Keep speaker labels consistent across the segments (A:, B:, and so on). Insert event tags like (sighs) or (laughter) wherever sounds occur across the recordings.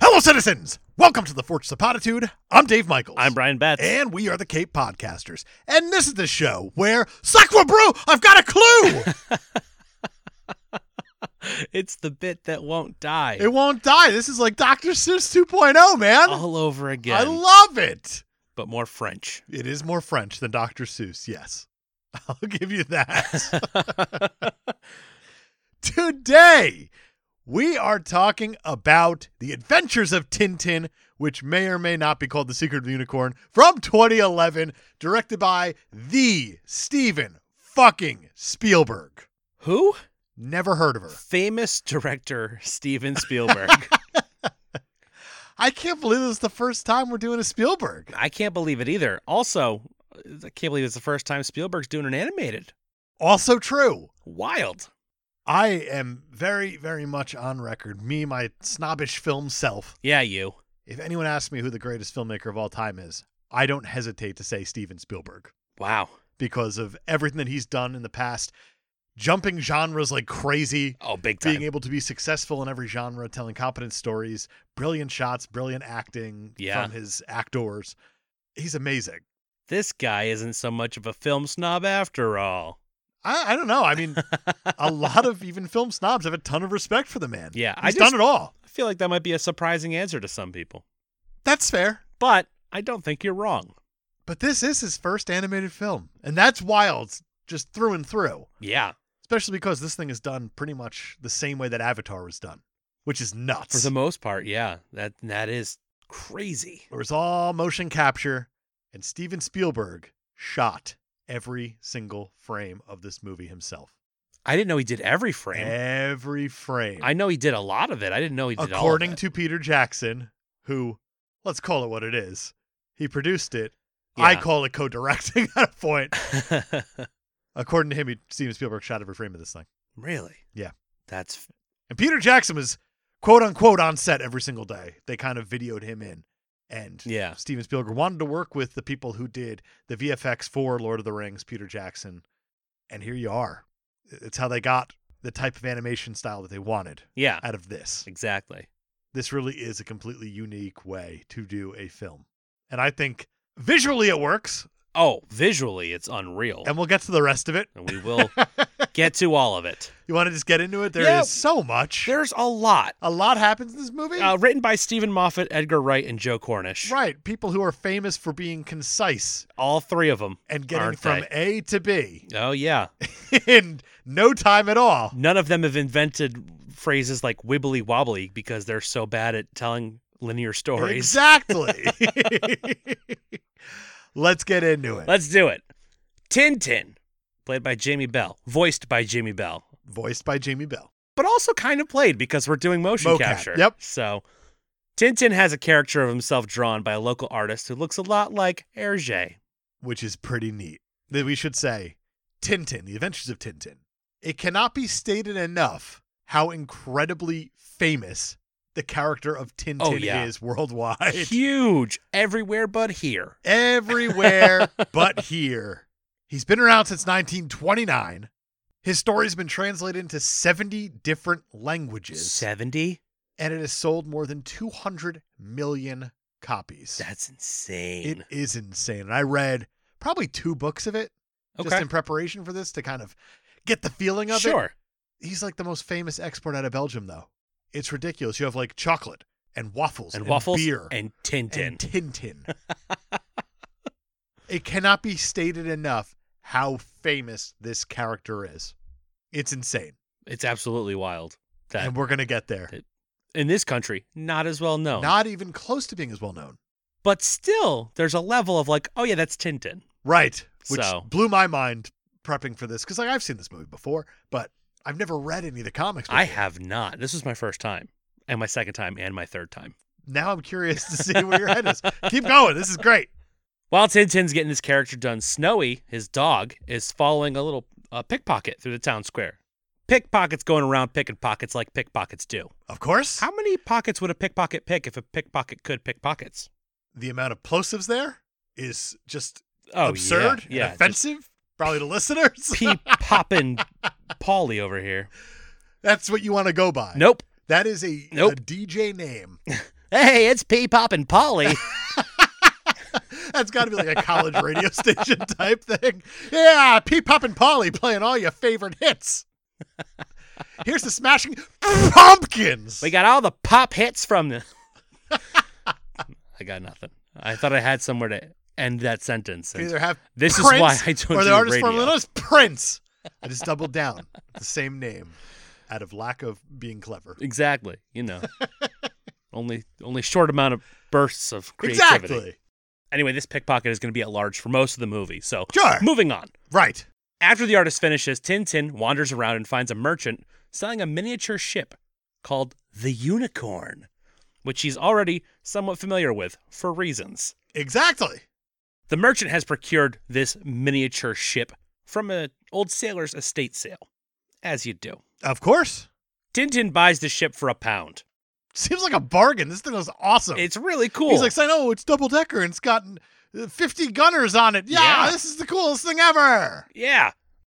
A: Hello, citizens! Welcome to the Fortress of Potitude. I'm Dave Michaels.
B: I'm Brian Betts.
A: And we are the Cape Podcasters. And this is the show where Sakwa Brew, I've got a clue!
B: it's the bit that won't die
A: it won't die. This is like Dr. Seuss 2.0, man.
B: all over
A: I
B: again,
A: love it.
B: but more
A: (laughs)
B: French.
A: It is more French than Dr. Seuss, yes. (laughs) I'll give
B: (laughs)
A: you that. Today, we are talking about the adventures of Tintin, which may or may not be called The Secret of the Unicorn, from 2011, directed by the Steven fucking Spielberg.
B: Who?
A: Never heard of her.
B: Famous director
A: (laughs)
B: Steven Spielberg.
A: I can't believe this is the first time we're doing a Spielberg.
B: I can't believe it either. Also, I can't believe it's the first time Spielberg's doing an animated.
A: Also true.
B: Wild.
A: I am very, very much on record, me, my snobbish film self.
B: Yeah, you.
A: If anyone asks me who the greatest filmmaker of all time is, I don't hesitate to say Steven Spielberg.
B: Wow.
A: because of everything that he's done in the past, jumping genres like crazy,
B: Oh, big time.
A: being able to be successful in every genre, telling competent stories, brilliant shots, brilliant acting
B: Yeah.
A: from his actors. He's amazing.
B: this guy isn't so much of a film snob after all. (laughs)
A: I, I don't know. I mean, a lot of even film snobs have a ton of respect for the man.
B: Yeah, I
A: he's
B: just-
A: done it all.
B: I feel like that might be a surprising answer to some people,
A: That's fair.
B: but I don't think you're wrong.
A: But this is his first animated film, and that's wild, just through and through.
B: Yeah.
A: Especially because this thing is done pretty much the same way that Avatar was done, which is nuts.
B: For the most part, yeah. That that is crazy.
A: It was all motion capture, and Steven Spielberg shot every single frame of this movie himself.
B: I didn't know he did every frame.
A: Every frame.
B: I know he did a lot of it. I didn't know he did all
A: According
B: of it.
A: to Peter Jackson, who, let's call it what it is, he produced it. I
B: Yeah.
A: call it co directing (laughs) at a point.
B: (laughs)
A: According to him, he, Steven Spielberg shot every frame of this thing.
B: really?
A: Yeah.
B: That's
A: And Peter Jackson was quote unquote on set every single day. They kind of videoed him in. And
B: yeah.
A: Steven Spielberg wanted to work with the people who did the VFX for Lord of the Rings, Peter Jackson, and here you are. It's how they got the type of animation style that they wanted
B: Yeah.
A: out of this.
B: Exactly.
A: This really is a completely unique way to do a film. And I think visually it works,
B: Oh, visually it's unreal.
A: and we'll get to the rest of it.
B: And we
A: (laughs)
B: will get to all of it.
A: You want to just get into it? There is
B: Yeah.
A: so much.
B: There's a lot.
A: a lot happens in this movie.
B: Uh, written by Stephen Moffat, Edgar Wright, and Joe Cornish.
A: right. People who are famous for being concise
B: All three of them.
A: and getting
B: Aren't
A: from A to B (laughs)
B: Oh yeah.
A: in no time at all.
B: None of them have invented phrases like wibbly wobbly because they're so bad at telling linear stories. (laughs)
A: Exactly. Let's get into it.
B: Let's do it. Tintin, played by Jamie Bell, voiced by Jamie Bell,
A: Voiced by Jamie Bell.
B: but also kind of played because we're doing motion
A: Mocap,
B: capture.
A: yep.
B: So Tintin has a character of himself drawn by a local artist who looks a lot like Hergé.
A: Which is pretty neat. That we should say Tintin, The Adventures of Tintin. It cannot be stated enough how incredibly famous the character of Tintin
B: Oh, yeah.
A: is worldwide.
B: Huge everywhere but here.
A: (laughs) Everywhere
B: (laughs)
A: but here. He's been around since 1929. His story's been translated into 70 different languages.
B: 70?
A: and it has sold more than 200 million copies.
B: That's insane.
A: It is insane. And I read probably two books of it just
B: okay.
A: in preparation for this to kind of get the feeling of
B: Sure.
A: it. He's like the most famous export out of Belgium, though. It's ridiculous. You have like chocolate and waffles
B: And waffles
A: beer
B: and Tintin.
A: and Tintin.
B: (laughs)
A: it cannot be stated enough how famous this character is. It's insane.
B: it's absolutely wild. That
A: and we're going to get there.
B: in this country, not as well known.
A: Not even close to being as well known.
B: but still, there's a level of like, oh yeah, that's Tintin.
A: Right. Which
B: So-
A: blew my mind prepping for this because like I've seen this movie before, but I've never read any of the comics. Before.
B: I have not. This was my first time. and my second time and my third time.
A: Now I'm curious to see where your head is. Keep going. This is great.
B: While Tintin's getting his character done, Snowy, his dog, is following a little uh, pickpocket through the town square. Pickpockets going around picking pockets like pickpockets do.
A: Of course,
B: How many pockets would a pickpocket pick if a pickpocket could pick pockets?
A: the amount of plosives there is just
B: Oh,
A: absurd, and
B: yeah, yeah just
A: offensive, probably to listeners. (laughs)
B: pee (laughs) popping Polly over here.
A: That's what you want to go by.
B: Nope.
A: That is a,
B: Nope.
A: a DJ name.
B: Hey, it's pee popping Polly.
A: That's got to be like a college radio (laughs) station type thing. Yeah, P Pop and Polly playing all your favorite hits. Here's the smashing pumpkins.
B: we got all the pop hits from
A: (laughs)
B: the. I got nothing. I thought I had somewhere to end that sentence. and
A: either have
B: This is
A: Prince
B: why I don't
A: or the
B: do
A: artist
B: radio.
A: formerly known as Prince. I just doubled down the same name out of lack of being clever.
B: Exactly. You
A: (laughs)
B: know, only only short amount of bursts of creativity.
A: Exactly.
B: Anyway, this pickpocket is going to be at large for most of the movie. So
A: Sure.
B: moving on.
A: Right.
B: After the artist finishes, Tintin wanders around and finds a merchant selling a miniature ship called the Unicorn, which he's already somewhat familiar with for reasons.
A: Exactly.
B: The merchant has procured this miniature ship from an old sailor's estate sale, as you do.
A: Of course.
B: Tintin buys the ship for a pound.
A: Seems like a bargain. This thing was awesome.
B: It's really cool.
A: He's like saying, "Oh, it's double decker and it's gotten uh, 50 gunners on it. Yeah,
B: Yeah.
A: this is the coolest thing ever."
B: yeah,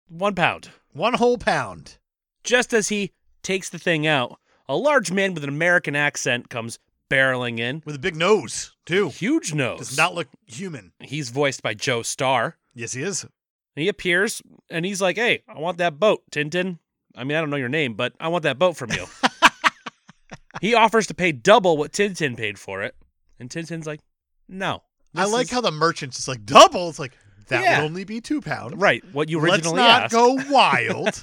B: one pound.
A: One whole pound.
B: Just as he takes the thing out, a large man with an American accent comes barreling in.
A: With a big nose, too.
B: Huge nose.
A: Does not look human.
B: He's voiced by Joe Starr.
A: Yes, he is.
B: And he appears and he's like, Hey, I want that boat, Tintin. I mean, I don't know your name, but I want that boat from
A: (laughs)
B: you. he offers to pay double what Tintin paid for it. And Tintin's like, No.
A: I
B: This
A: like
B: is-
A: how the merchant's just like double. It's like that
B: Yeah.
A: would only be two pounds.
B: Right, what you
A: Let's
B: originally
A: not
B: asked.
A: go
B: (laughs)
A: wild.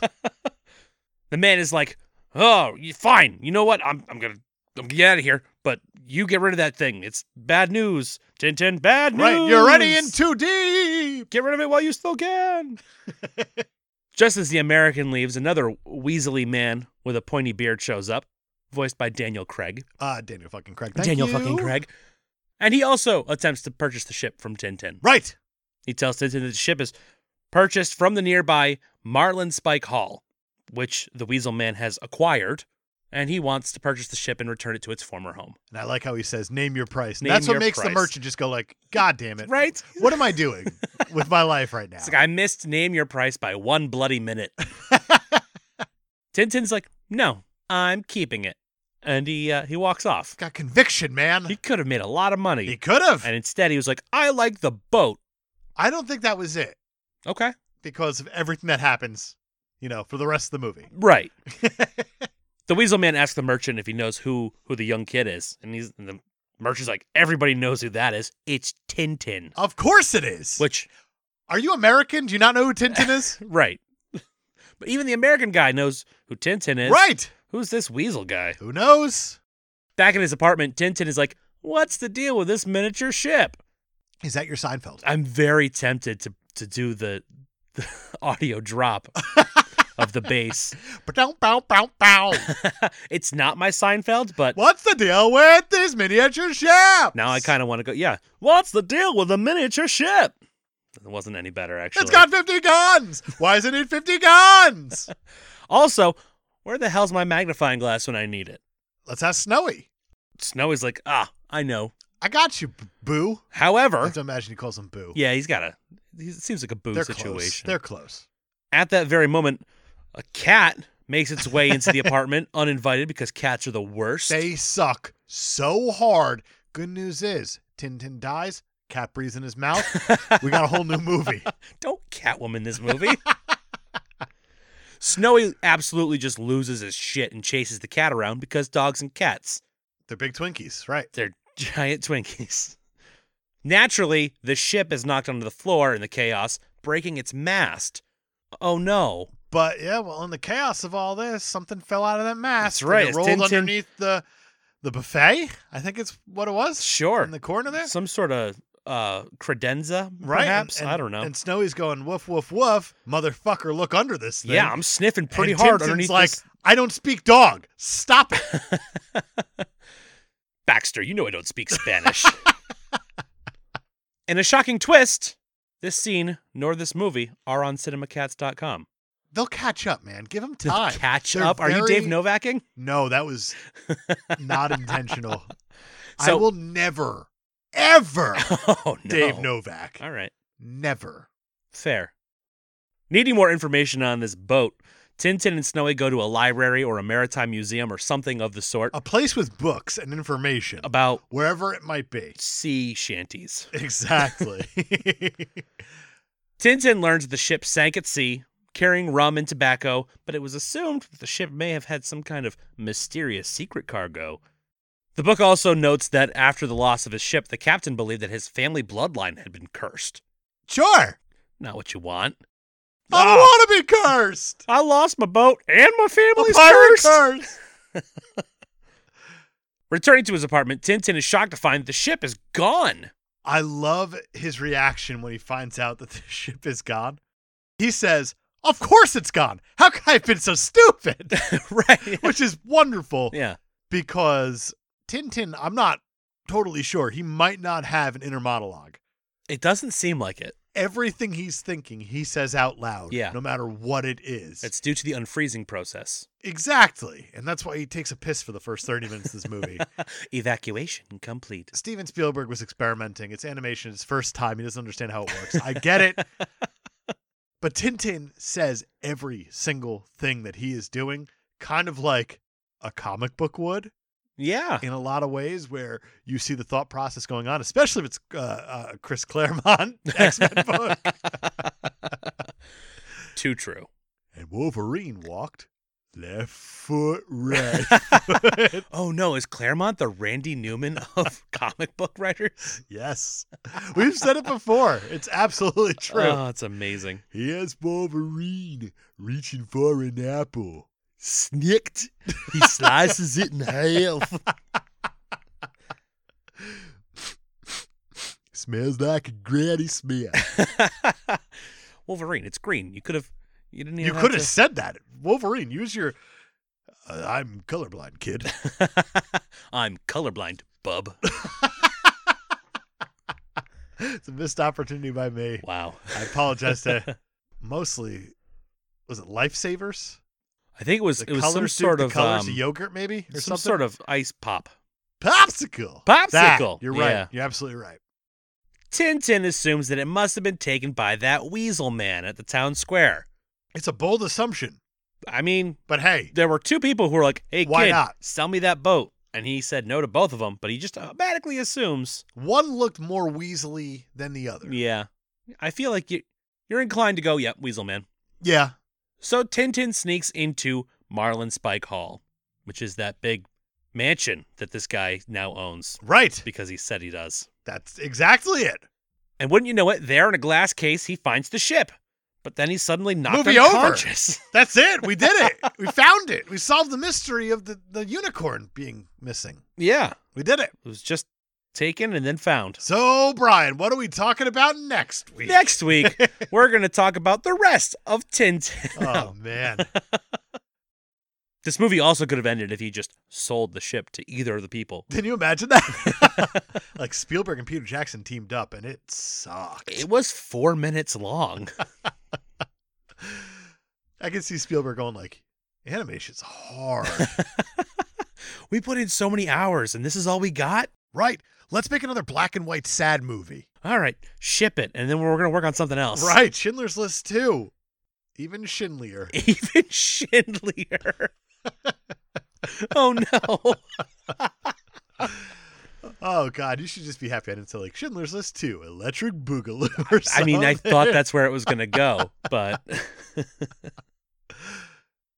B: The man is like, Oh, you- fine. You know what? I'm I'm gonna I'm gonna get out of here, but you get rid of that thing. It's bad news. Tintin, bad news.
A: right, you're already in too deep.
B: Get rid of it while you still can. (laughs) Just as the American leaves, another weaselly man with a pointy beard shows up, voiced by Daniel Craig.
A: Ah, Daniel fucking Craig. Thank
B: Daniel
A: you.
B: fucking Craig. And he also attempts to purchase the ship from Tintin.
A: Right.
B: He tells Tintin that the ship is purchased from the nearby Marlin Spike Hall, which the Weasel Man has acquired, and he wants to purchase the ship and return it to its former home.
A: And I like how he says, "Name your price." And
B: Name
A: That's what
B: your
A: makes the
B: price.
A: merchant just go like, "God damn it!
B: Right? (laughs)
A: What am I doing with my life right now?"
B: It's like
A: (laughs)
B: I missed name your price by one bloody minute. Tintin's like, no, I'm keeping it, and he uh, he walks off.
A: Got conviction, man.
B: He could have made a lot of money,
A: He could have.
B: and instead he was like, I like the boat.
A: I don't think that was it
B: Okay,
A: because of everything that happens, you know, for the rest of the movie.
B: right.
A: (laughs)
B: the Weasel Man asks the merchant if he knows who who the young kid is, and he's and the merchant's like, everybody knows who that is. It's
A: (laughs)
B: Tintin.
A: Of course it is.
B: Which
A: Are you American? Do you not know who
B: (laughs)
A: Tintin is?
B: right, but even the American guy knows who Tintin is.
A: right.
B: Who's this Weasel guy?
A: Who knows?
B: Back in his apartment, Tintin is like, "What's the deal with this miniature ship?"
A: Is that your Seinfeld?
B: I'm very tempted to to do the, the (laughs) audio drop of the
A: (laughs)
B: bass.
A: Bow, bow, bow, bow.
B: it's not my Seinfeld, but
A: What's the deal with these miniature ships?
B: now I kind of want to go. Yeah, what's the deal with a miniature ship? It wasn't any better actually.
A: It's got 50 guns. Why does it need
B: (laughs)
A: 50 guns?
B: also, where the hell's my magnifying glass when I need it?
A: Let's ask Snowy.
B: Snow is like, ah, I know.
A: I got you, b- Boo. I
B: However,
A: have to imagine he calls him Boo.
B: yeah, he's got a. He it seems like a boo
A: They're
B: situation.
A: close. They're close.
B: At that very moment, a cat makes its way into the
A: (laughs)
B: apartment uninvited because cats are the worst.
A: They suck so hard. Good news is Tintin dies. Cat breathes in
B: (laughs)
A: his mouth. We got a whole new movie.
B: Don't Catwoman this movie. (laughs) Snowy absolutely just loses his shit and chases the cat around because dogs and cats,
A: They're big Twinkies, right?
B: they're giant Twinkies. Naturally, the ship is knocked onto the floor in the chaos, breaking its mast. Oh no.
A: But yeah, well, in the chaos of all this, something fell out of that mask.
B: That's right,
A: and it
B: it's
A: rolled
B: Tintin.
A: underneath the the buffet. I think it's what it was.
B: Sure.
A: In the corner
B: (laughs)
A: there.
B: Some sort of uh credenza,
A: Right. and-
B: perhaps?
A: and-
B: I don't know.
A: And Snowy's going, woof, woof, woof. Motherfucker, look under this thing.
B: yeah, I'm sniffing
A: And
B: pretty hard
A: Tintin's
B: underneath
A: like,
B: this.
A: I don't speak dog. Stop it. (laughs)
B: Baxter, you know I don't speak Spanish. In a shocking twist, this scene nor this movie are on cinemacats.com.
A: They'll catch up, man. Give them
B: To
A: time.
B: catch
A: They're
B: up. Are you Dave
A: very-
B: Novacking?
A: (laughs) No, that was
B: (laughs)
A: not intentional. I
B: So-
A: will never, ever
B: Oh, (laughs) no.
A: Dave Novak.
B: All right.
A: Never.
B: Fair. Needing more information on this boat, Tintin and Snowy go to a library or a maritime museum or something of the sort
A: A place with books and information
B: about
A: wherever it
B: (laughs)
A: might be.
B: sea shanties. (laughs)
A: Exactly.
B: Tintin learns the ship sank at sea, carrying rum and tobacco, but it was assumed that the ship may have had some kind of mysterious secret cargo. The book also notes that after the loss of his ship, the captain believed that his family bloodline had been cursed.
A: sure.
B: Not what you want.
A: I
B: Ah,
A: don't want to be cursed.
B: I lost my boat and my
A: A
B: family's
A: pirate
B: cursed.
A: curse.
B: Returning to his apartment, Tintin is shocked to find the ship is gone. (laughs)
A: I love his reaction when he finds out that (laughs) the ship is gone. He says, Of course it's gone. How could I have been
B: (laughs)
A: so stupid?
B: right.
A: Which is wonderful.
B: Yeah.
A: because Tintin, I'm not totally sure, he might not have an inner monologue.
B: It doesn't seem like it.
A: Everything he's thinking, he says out loud,
B: Yeah.
A: no matter what it is.
B: It's due to the unfreezing process.
A: exactly. And that's why he takes a piss for the first 30 minutes of this movie.
B: Evacuation complete.
A: Steven Spielberg was experimenting. It's animation, it's first time. He doesn't understand how it works. I get it. But Tintin says every single thing that he is doing, kind of like a comic book would.
B: Yeah.
A: in a lot of ways where you see the thought process going on, especially if it's uh, uh, Chris Claremont X Men book.
B: Too true.
A: And Wolverine walked left foot, right foot.
B: Oh no, is Claremont the Randy Newman
A: (laughs)
B: of comic book writers?
A: yes, we've said it before. It's absolutely true.
B: Oh, it's amazing.
A: Here's Wolverine reaching for an apple. Snicked.
B: He slices it in half.
A: Smells like a granny
B: (laughs)
A: smell.
B: Wolverine, it's green. You could have you didn't
A: You
B: even
A: could have
B: have
A: said that. Wolverine, use your. Uh, I'm colorblind, kid.
B: to... (laughs) I'm colorblind, bub.
A: (laughs) it's a missed opportunity by me.
B: Wow.
A: I apologize
B: (laughs)
A: to mostly was it lifesavers?
B: I think it was
A: The
B: it was some
A: colors, dude,
B: sort
A: the
B: of
A: colors
B: um,
A: of yogurt maybe or
B: some
A: something.
B: sort of ice pop.
A: popsicle. That,
B: Popsicle,
A: you're right.
B: yeah.
A: You're absolutely right.
B: Tintin assumes that it must have been taken by that weasel man at the town square.
A: It's a bold assumption,
B: I mean,
A: but hey,
B: there were two people who were like, "Hey,
A: Why
B: kid,
A: not?
B: sell me that boat," and he said no to both of them. But he just automatically assumes,
A: one looked more weaselly than the other.
B: "Yeah, I feel like you, you're inclined to go, yep, Weasel Man."
A: Yeah.
B: So Tintin sneaks into Marlin Spike Hall, which is that big mansion that this guy now owns
A: Right.
B: because he said he does.
A: That's exactly it.
B: And wouldn't you know it, there in a glass case, he finds the ship. But then he's suddenly knocked
A: Movie over.
B: unconscious. (laughs)
A: That's it. We did it. we found it. We solved the mystery of the, the unicorn being missing.
B: yeah,
A: We did it.
B: it was just taken and then found.
A: So, Brian, what are we talking about next week?
B: Next
A: (laughs)
B: week, we're going to talk about the rest of Tintin.
A: Oh, (laughs) man.
B: This movie also could have ended if he just sold the ship to either of the people.
A: Can you imagine that? (laughs) like Spielberg and Peter Jackson teamed up and it sucked.
B: It was four minutes long.
A: I can see Spielberg going like, animation's hard. (laughs)
B: we put in so many hours and this is all we got?
A: right. Let's make another black and white sad movie.
B: All right, ship it. And then we're going to work on something else.
A: Right. Schindler's List too. Even Schindler.
B: (laughs) Even Schindler. (laughs) oh, no.
A: Oh God, you should just be happy I didn't say like Schindler's List too. Electric Boogaloo. or
B: I mean, I
A: something.
B: thought that's where it was going to go, but. (laughs)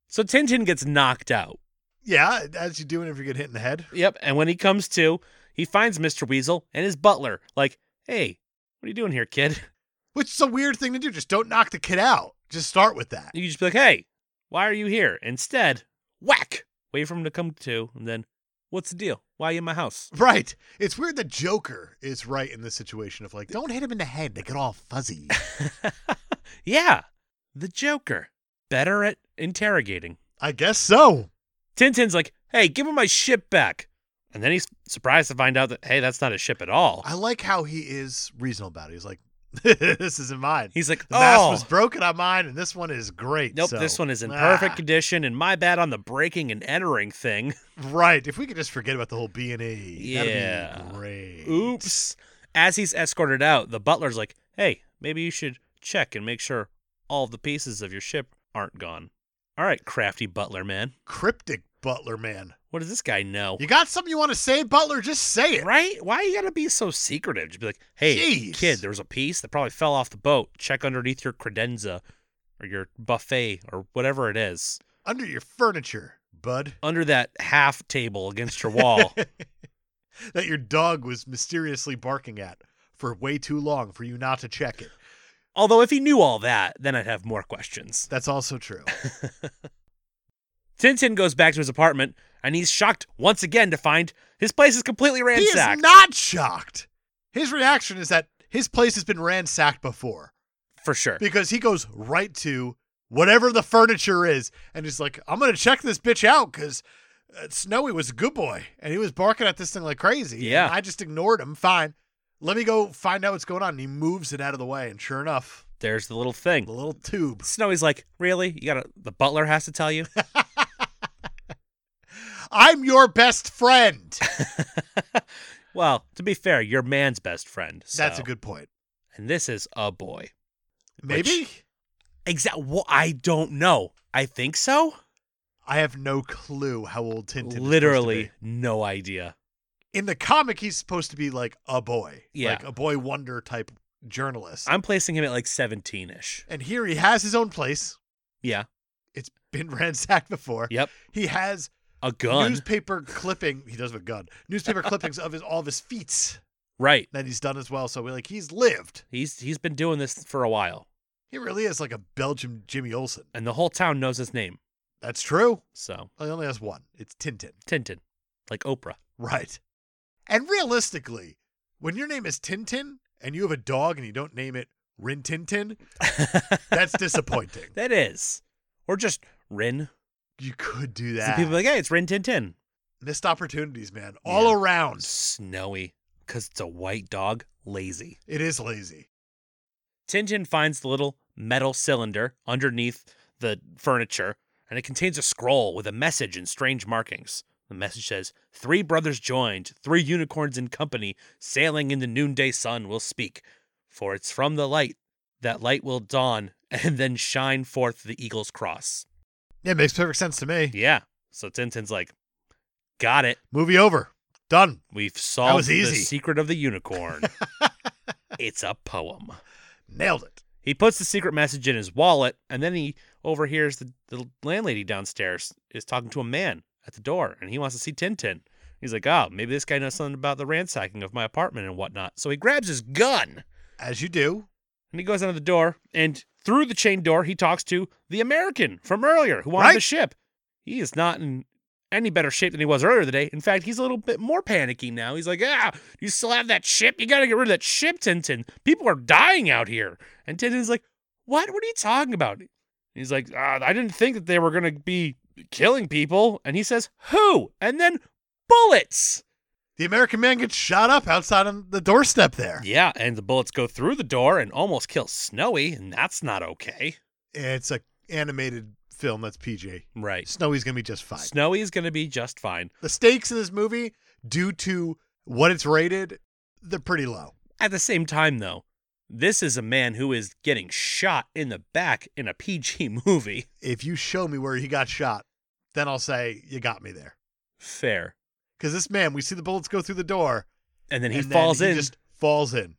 B: so Tintin gets knocked out.
A: Yeah, as you do whenever you get hit in the head.
B: Yep. And when he comes to, he finds Mr. Weasel and his butler, like, hey, what are you doing here, kid? (laughs)
A: Which is a weird thing to do. Just don't knock the kid out. Just start with that.
B: You could just be like, hey, why are you here? Instead, whack! Wait for him to come to, and then, what's the deal? Why you in my house?
A: Right. It's weird that Joker is right in this situation of like, don't hit him in the head. They get
B: (laughs)
A: all fuzzy.
B: yeah, the Joker. Better at interrogating.
A: I guess so.
B: Tintin's like, hey, give him my ship back. And then he's surprised to find out that, hey, that's not his ship at all.
A: I like how he is reasonable about it. He's like, (laughs) this isn't mine.
B: He's like,
A: The mask
B: oh,
A: was broken on mine, and this one is great.
B: nope,
A: so-
B: this one is in
A: Ah,
B: perfect condition, and my bad on the breaking and entering
A: (laughs)
B: thing.
A: Right. If we could just forget about the whole B and E,
B: Yeah.
A: that'd be great.
B: Oops. As he's escorted out, the butler's like, hey, maybe you should check and make sure all the pieces of your ship aren't gone. All right, crafty butler man.
A: Cryptic Butler man.
B: What does this guy know?
A: You got something you want to say, Butler? Just say it.
B: (laughs) Right? Why you gotta be so secretive? Just be like, hey,
A: Jeez.
B: kid, there was a piece that probably fell off the boat. Check underneath your credenza or your buffet or whatever it is.
A: Under your furniture, bud.
B: Under that half table against your
A: (laughs)
B: wall.
A: that your dog was mysteriously barking at for way too long for you not to check it.
B: Although if he knew all that, then I'd have more questions.
A: That's also true.
B: Tintin goes back to his apartment and he's shocked once again to find his place is completely
A: he
B: (laughs)
A: is
B: ransacked.
A: not shocked. His reaction is that his place has been ransacked before
B: for sure.
A: because he goes right to whatever the furniture is and he's like, I'm going to check this bitch out because uh, Snowy was a good boy and he was barking at this thing like crazy. and
B: Yeah.
A: I just ignored him. Fine. Let me go find out what's going on. And he moves it out of the way. And sure enough,
B: There's the little thing.
A: the little tube.
B: Snowy's like, really? You gotta the butler has to tell
A: (laughs)
B: you? (laughs)
A: I'm your best
B: (laughs)
A: friend.
B: well, to be fair, your man's best friend.
A: That's a
B: so-
A: good point.
B: and this is a boy.
A: Maybe
B: Exact. Well, I don't know. I think so.
A: I have no clue how old Tintin is supposed to
B: Literally,
A: be.
B: no idea.
A: In the comic, he's supposed to be like a boy,
B: Yeah.
A: like a boy wonder type journalist.
B: I'm placing him at like 17 ish.
A: and here he has his own place.
B: Yeah.
A: It's been (laughs) ransacked before.
B: Yep.
A: He has
B: A gun.
A: newspaper clipping. He does have a gun.
B: (laughs)
A: Newspaper clippings of his all of his feats
B: right.
A: that he's done as well. So like he's lived.
B: He's he's been doing this for a while,
A: He really is like a Belgian Jimmy Olsen.
B: and the whole town knows his name.
A: That's true.
B: So
A: He only has one. It's Tintin.
B: Tintin, like Oprah. (laughs)
A: Right. And realistically, when your name is Tintin and you have a dog and you don't name it Rin Tintin,
B: (laughs)
A: that's disappointing.
B: that is, or just Rin.
A: You could do
B: So
A: that.
B: people are like, hey, it's Rin Tintin.
A: Missed opportunities, man. All
B: Yeah.
A: around.
B: Snowy, because it's a white dog. Lazy.
A: It is lazy.
B: Tintin finds the little metal cylinder underneath the furniture, and it contains a scroll with a message in strange markings. The message says, Three brothers joined, three unicorns in company, sailing in the noonday sun will speak. For it's from the light that light will dawn and then shine forth the eagle's cross.
A: Yeah, it makes perfect sense to me.
B: Yeah. So Tintin's like, Got it.
A: Movie over. Done.
B: We've solved the
A: easy.
B: secret of the unicorn. it's a poem.
A: Nailed it.
B: He puts the secret message in his wallet, and then he overhears the, the landlady downstairs is talking to a man at the door, and he wants to see Tintin. He's like, oh, maybe this guy knows something about the ransacking of my apartment and whatnot. So he grabs his gun
A: As you do.
B: and he goes under the door, and through the chain door, he talks to the American from earlier who on
A: Right.
B: the ship. He is not in any better shape than he was earlier today. In fact, he's a little bit more panicky now. He's like, ah, you still have that ship? You got to get rid of that ship, Tintin. People are dying out here. And Tintin's like, what? What are you talking about? And He's like, ah, I didn't think that they were going to be killing people. And he says, who? And then bullets.
A: The American man gets shot up outside on the doorstep there.
B: Yeah, and the bullets go through the door and almost kill Snowy, and that's not okay.
A: It's a animated film that's PG.
B: Right.
A: Snowy's gonna be just fine.
B: Snowy is going to be just fine.
A: the stakes in this movie, due to what it's rated, they're pretty low.
B: At the same time, though, this is a man who is getting shot in the back in a PG (laughs) movie.
A: if you show me where he got shot, then I'll say you got me there.
B: Fair.
A: Because this man, we see the bullets go through the door,
B: And then he
A: and
B: falls
A: he
B: in,
A: Just falls in.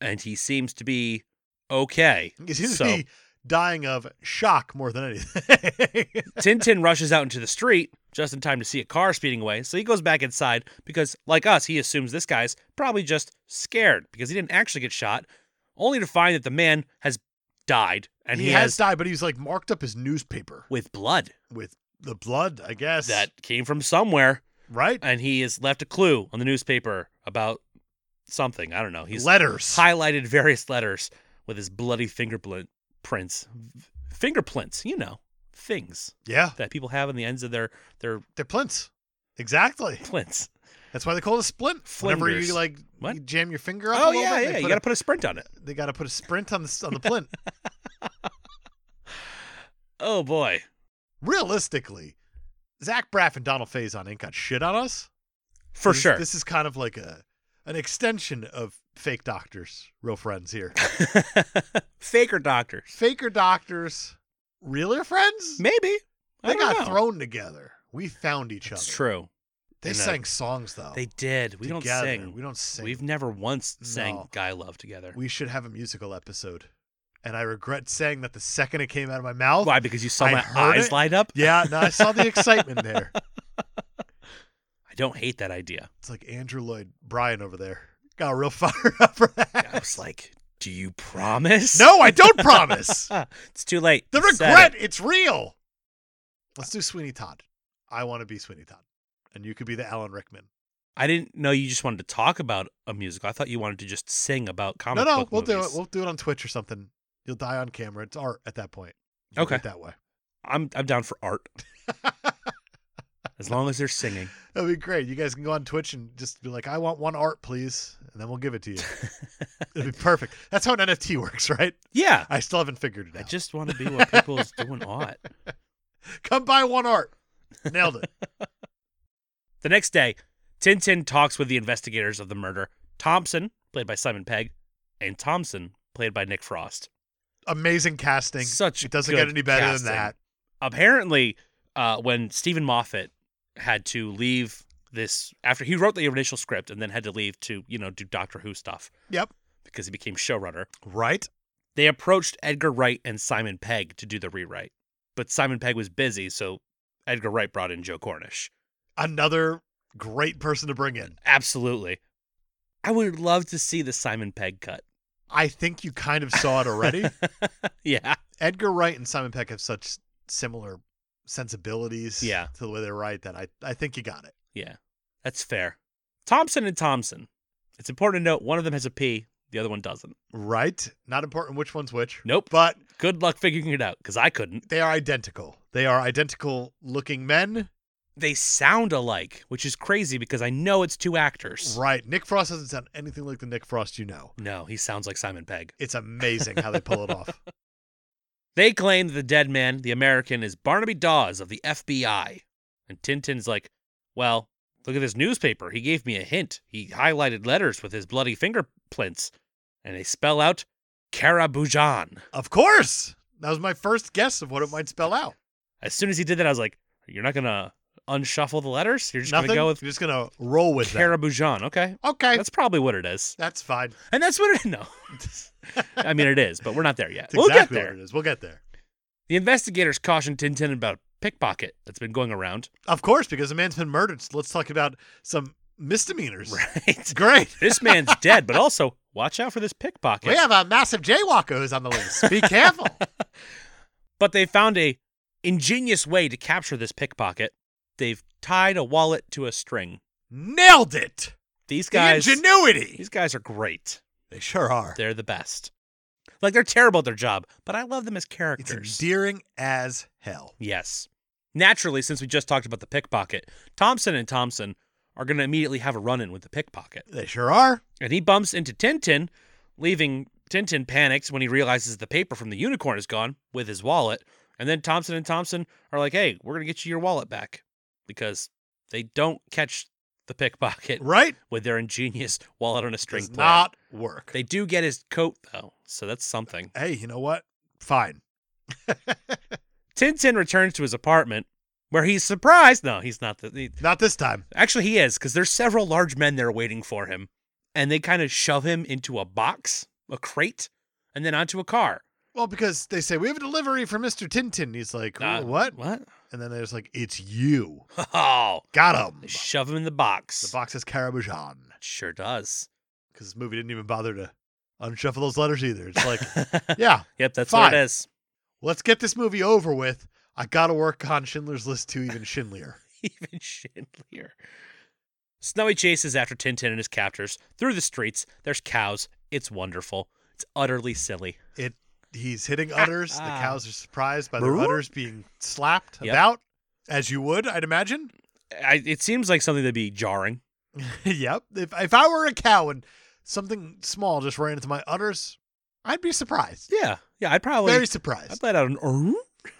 B: and he seems to be okay.
A: (laughs) He seems
B: So
A: to be dying of shock more than anything. (laughs)
B: Tintin rushes out into the street just in time to see a car speeding away. So he goes back inside because, like us, he assumes this guy's probably just scared because he didn't actually get shot, only to find that the man has died and he,
A: has
B: has
A: died, but he's like marked up his newspaper
B: with blood
A: with the blood, I guess.
B: that came from somewhere.
A: right?
B: and he has left a clue on the newspaper about something. I don't know. He's
A: Letters.
B: highlighted various letters with his bloody fingerprints, fingerprints. You know, things
A: Yeah,
B: that people have on the ends of their their
A: they're plints. Exactly.
B: plints.
A: That's why they call it a splint. Whenever you
B: Flinders.
A: like
B: What?
A: you jam your finger up. a
B: Oh
A: little
B: yeah,
A: bit, they
B: yeah. You
A: put
B: got to put a sprint on it.
A: a- they got to put a sprint on the s- on the (laughs) plint.
B: Oh boy.
A: Realistically, Zach Braff and Donald Faison ain't got shit on us.
B: For
A: This-
B: sure. (laughs)
A: This is kind of like a an extension of fake doctors, real friends here. (laughs)
B: Faker doctors.
A: Faker doctors, realer friends.
B: Maybe.
A: they
B: I don't
A: got
B: know.
A: thrown together. We found each
B: It's
A: other.
B: true.
A: They
B: In a-
A: sang songs though.
B: They did. We
A: together.
B: don't sing.
A: We don't sing.
B: We've never once sang
A: No.
B: "Guy Love" together.
A: we should have a musical episode. And I regret saying that the second it came out of my mouth.
B: Why? Because you saw
A: I
B: my
A: heard
B: eyes
A: it.
B: light up.
A: Yeah, no, I saw the excitement there.
B: (laughs) I don't hate that idea.
A: It's like Andrew Lloyd Bryan over there got real (laughs) fired up for that.
B: I was like, "Do you promise?"
A: (laughs) no, I don't promise.
B: Ah, it's too late.
A: The
B: You said
A: regret,
B: it.
A: it's real. Let's do Sweeney Todd. I want to be Sweeney Todd. And you could be the Alan Rickman.
B: I didn't know you just wanted to talk about a musical. I thought you wanted to just sing about comic
A: no, no,
B: book
A: we'll do it.
B: movies.
A: We'll do it on Twitch or something. You'll die on camera. It's art at that point. We'll
B: Okay.
A: do it that way.
B: I'm I'm down for
A: (laughs)
B: art as long as they're singing.
A: That'd be great. You guys can go on Twitch and just be like, I want one art, please. And then we'll give it to you.
B: (laughs)
A: It'd be perfect. That's how an NFT works, right?
B: Yeah,
A: I still haven't figured it
B: I
A: out.
B: just want to be what people's doing.
A: (laughs)
B: Ought.
A: Come buy one art.
B: (laughs)
A: Nailed it.
B: The next day, Tintin talks with the investigators of the murder. Thompson, played by Simon Pegg, and Thompson, played by Nick Frost.
A: Amazing casting.
B: Such
A: it doesn't
B: good
A: get any better
B: casting.
A: than that.
B: apparently uh, when Stephen Moffat had to leave this after he wrote the initial script and then had to leave to you know do Doctor Who stuff.
A: Yep.
B: Because he became showrunner,
A: Right?
B: they approached Edgar Wright and Simon Pegg to do the rewrite, but Simon Pegg was busy, so Edgar Wright brought in Joe Cornish.
A: Another great person to bring in.
B: Absolutely, I would love to see the Simon Pegg cut. (laughs)
A: I think you kind of saw it already.
B: yeah,
A: Edgar Wright and Simon Peck have such similar sensibilities
B: Yeah.
A: to the way they write that I, I think you got it.
B: yeah, that's fair. Thompson and Thompson. It's important to note one of them has a P, the other one doesn't.
A: Right? Not important which one's which.
B: Nope.
A: But
B: Good luck figuring it out, because I couldn't.
A: they are identical. They are identical looking men.
B: they sound alike, which is crazy because I know it's two actors.
A: Right. Nick Frost doesn't sound anything like the Nick Frost you know.
B: No, he sounds like Simon Pegg.
A: It's amazing how they pull
B: (laughs)
A: it off.
B: They claim that the dead man, the American, is Barnaby Dawes of the FBI. And Tintin's like, well, look at this newspaper. He gave me a hint. He highlighted letters with his bloody fingerprints, and they spell out Karabujan.
A: Of course. That was my first guess of what it might spell out.
B: As soon as he did that, I was like, you're not going to unshuffle the letters? You're just going
A: Nothing.
B: to go with
A: You're just gonna roll with that.
B: Karabujan. Okay.
A: Okay,
B: That's probably what it is.
A: that's fine.
B: And that's what it No. (laughs) I mean, it is, but we're not there yet.
A: It's
B: we'll
A: exactly
B: get there.
A: what it is. We'll get there.
B: The investigators caution Tintin about a pickpocket that's been going around. (laughs)
A: Of course, because a man's been murdered. so let's talk about some misdemeanors.
B: Right.
A: Great.
B: this man's dead, but also watch out for this pickpocket.
A: We have a massive jaywalker who's on the loose.
B: (laughs)
A: Be careful.
B: But they found a ingenious way to capture this pickpocket. They've tied a wallet to a string.
A: Nailed it.
B: These
A: The
B: guys
A: ingenuity.
B: These guys are great.
A: They sure are.
B: They're the best. Like they're terrible at their job, but I love them as
A: It's
B: characters.
A: endearing as hell.
B: Yes. Naturally, since we just talked about the pickpocket, Thompson and Thompson are going to immediately have a run in with the pickpocket.
A: They sure are.
B: and he bumps into Tintin, leaving Tintin panicked when he realizes the paper from the unicorn is gone with his wallet. And then Thompson and Thompson are like, "Hey, we're gonna get you your wallet back," because they don't catch the pickpocket
A: Right?
B: with their ingenious wallet on a string
A: Does
B: plan.
A: not work.
B: They do get his coat though, so that's something.
A: hey, you know what? Fine.
B: Tintin returns to his apartment, where he's surprised. No, he's not. The, he-
A: Not this time.
B: actually, he is because there's several large men there waiting for him, and they kind of shove him into a box, a crate, and then onto a car.
A: Well, because they say we have a delivery for Mister Tintin. And He's like,
B: Uh,
A: what?
B: What?
A: And then there's like, it's you.
B: (laughs) Oh,
A: Got him.
B: they shove him in the box.
A: The box is Karabajan
B: It sure does. (laughs)
A: because this movie didn't even bother to unshuffle those letters either.
B: (laughs)
A: It's like, yeah,
B: yep, that's
A: Fine.
B: what it is. (laughs)
A: let's get this movie over with. I gotta work on Schindler's List two even Schindler.
B: even Schindler. Snowy chases after Tintin and his captors through the streets. There's cows. It's wonderful. It's utterly silly.
A: It he's hitting udders. the cows are surprised by their
B: Brrr.
A: udders being slapped
B: ah. Yep.
A: about, as you would, I'd imagine.
B: I, it seems like something that'd be jarring.
A: yep. If if I were a cow and something small just ran into my udders, I'd be surprised.
B: Yeah, yeah. I'd probably
A: Very
B: I'd
A: surprised.
B: let out an (laughs) "Arr!"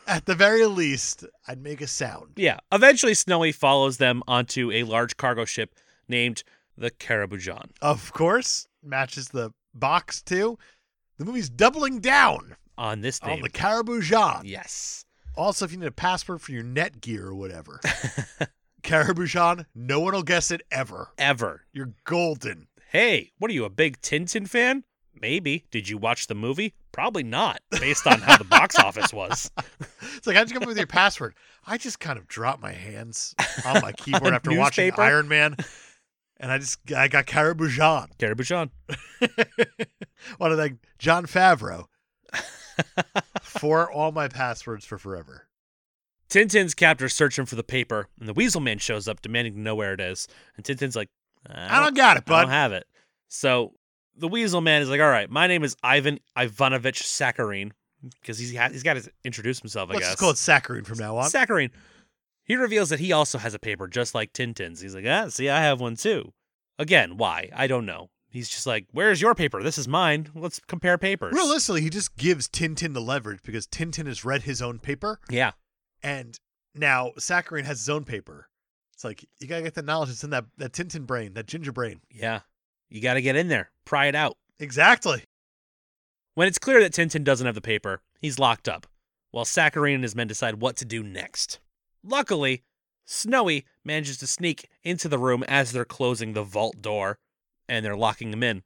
A: At the very least, I'd make a sound.
B: yeah. Eventually, Snowy follows them onto a large cargo ship named the Carabujan.
A: Of course, matches the box too. The movie's doubling down
B: On this
A: on
B: name,
A: Um, the Caribou Jean.
B: yes,
A: Also, if you need a password for your Netgear or whatever, (laughs) Caribou Jean, no one will guess it ever.
B: ever.
A: You're golden.
B: Hey, what are you a big Tintin fan? Maybe. Did you watch the movie? Probably not, based on how the
A: (laughs)
B: box office was.
A: It's like, how'd you come
B: (laughs)
A: up with your password? I just kind of dropped my hands on
B: (laughs)
A: my keyboard after watching
B: Newspaper?
A: Iron Man, and I just I got Caribou Jean,
B: Carabujan.
A: one of like John
B: (laughs)
A: Favreau, for all my passwords for forever.
B: Tintin's captors search him for the paper, and the Weasel Man shows up demanding to know where it is. And Tintin's like, "Uh,
A: I don't got it,
B: I don't
A: bud.
B: have it. So the Weasel Man is like, all right, my name is Ivan Ivanovich Saccharin, because he's ha- he's got to introduce himself, I
A: Let's
B: guess.
A: just call it saccharine from now on.
B: Saccharin. He reveals that he also has a paper just like Tintin's. He's like, ah, see, I have one too. Again, why? I don't know. He's just like, where's your paper? This is mine. Let's compare papers.
A: Realistically, he just gives Tintin the leverage because Tintin has read his own paper,
B: Yeah.
A: and now Saccharine has his own paper. It's like you gotta get the knowledge that's in that that Tintin brain, that ginger brain.
B: Yeah. You got to get in there, pry it out.
A: Exactly.
B: When it's clear that Tintin doesn't have the paper, he's locked up, while Saccharin and his men decide what to do next. Luckily, Snowy manages to sneak into the room as they're closing the vault door and they're locking him in.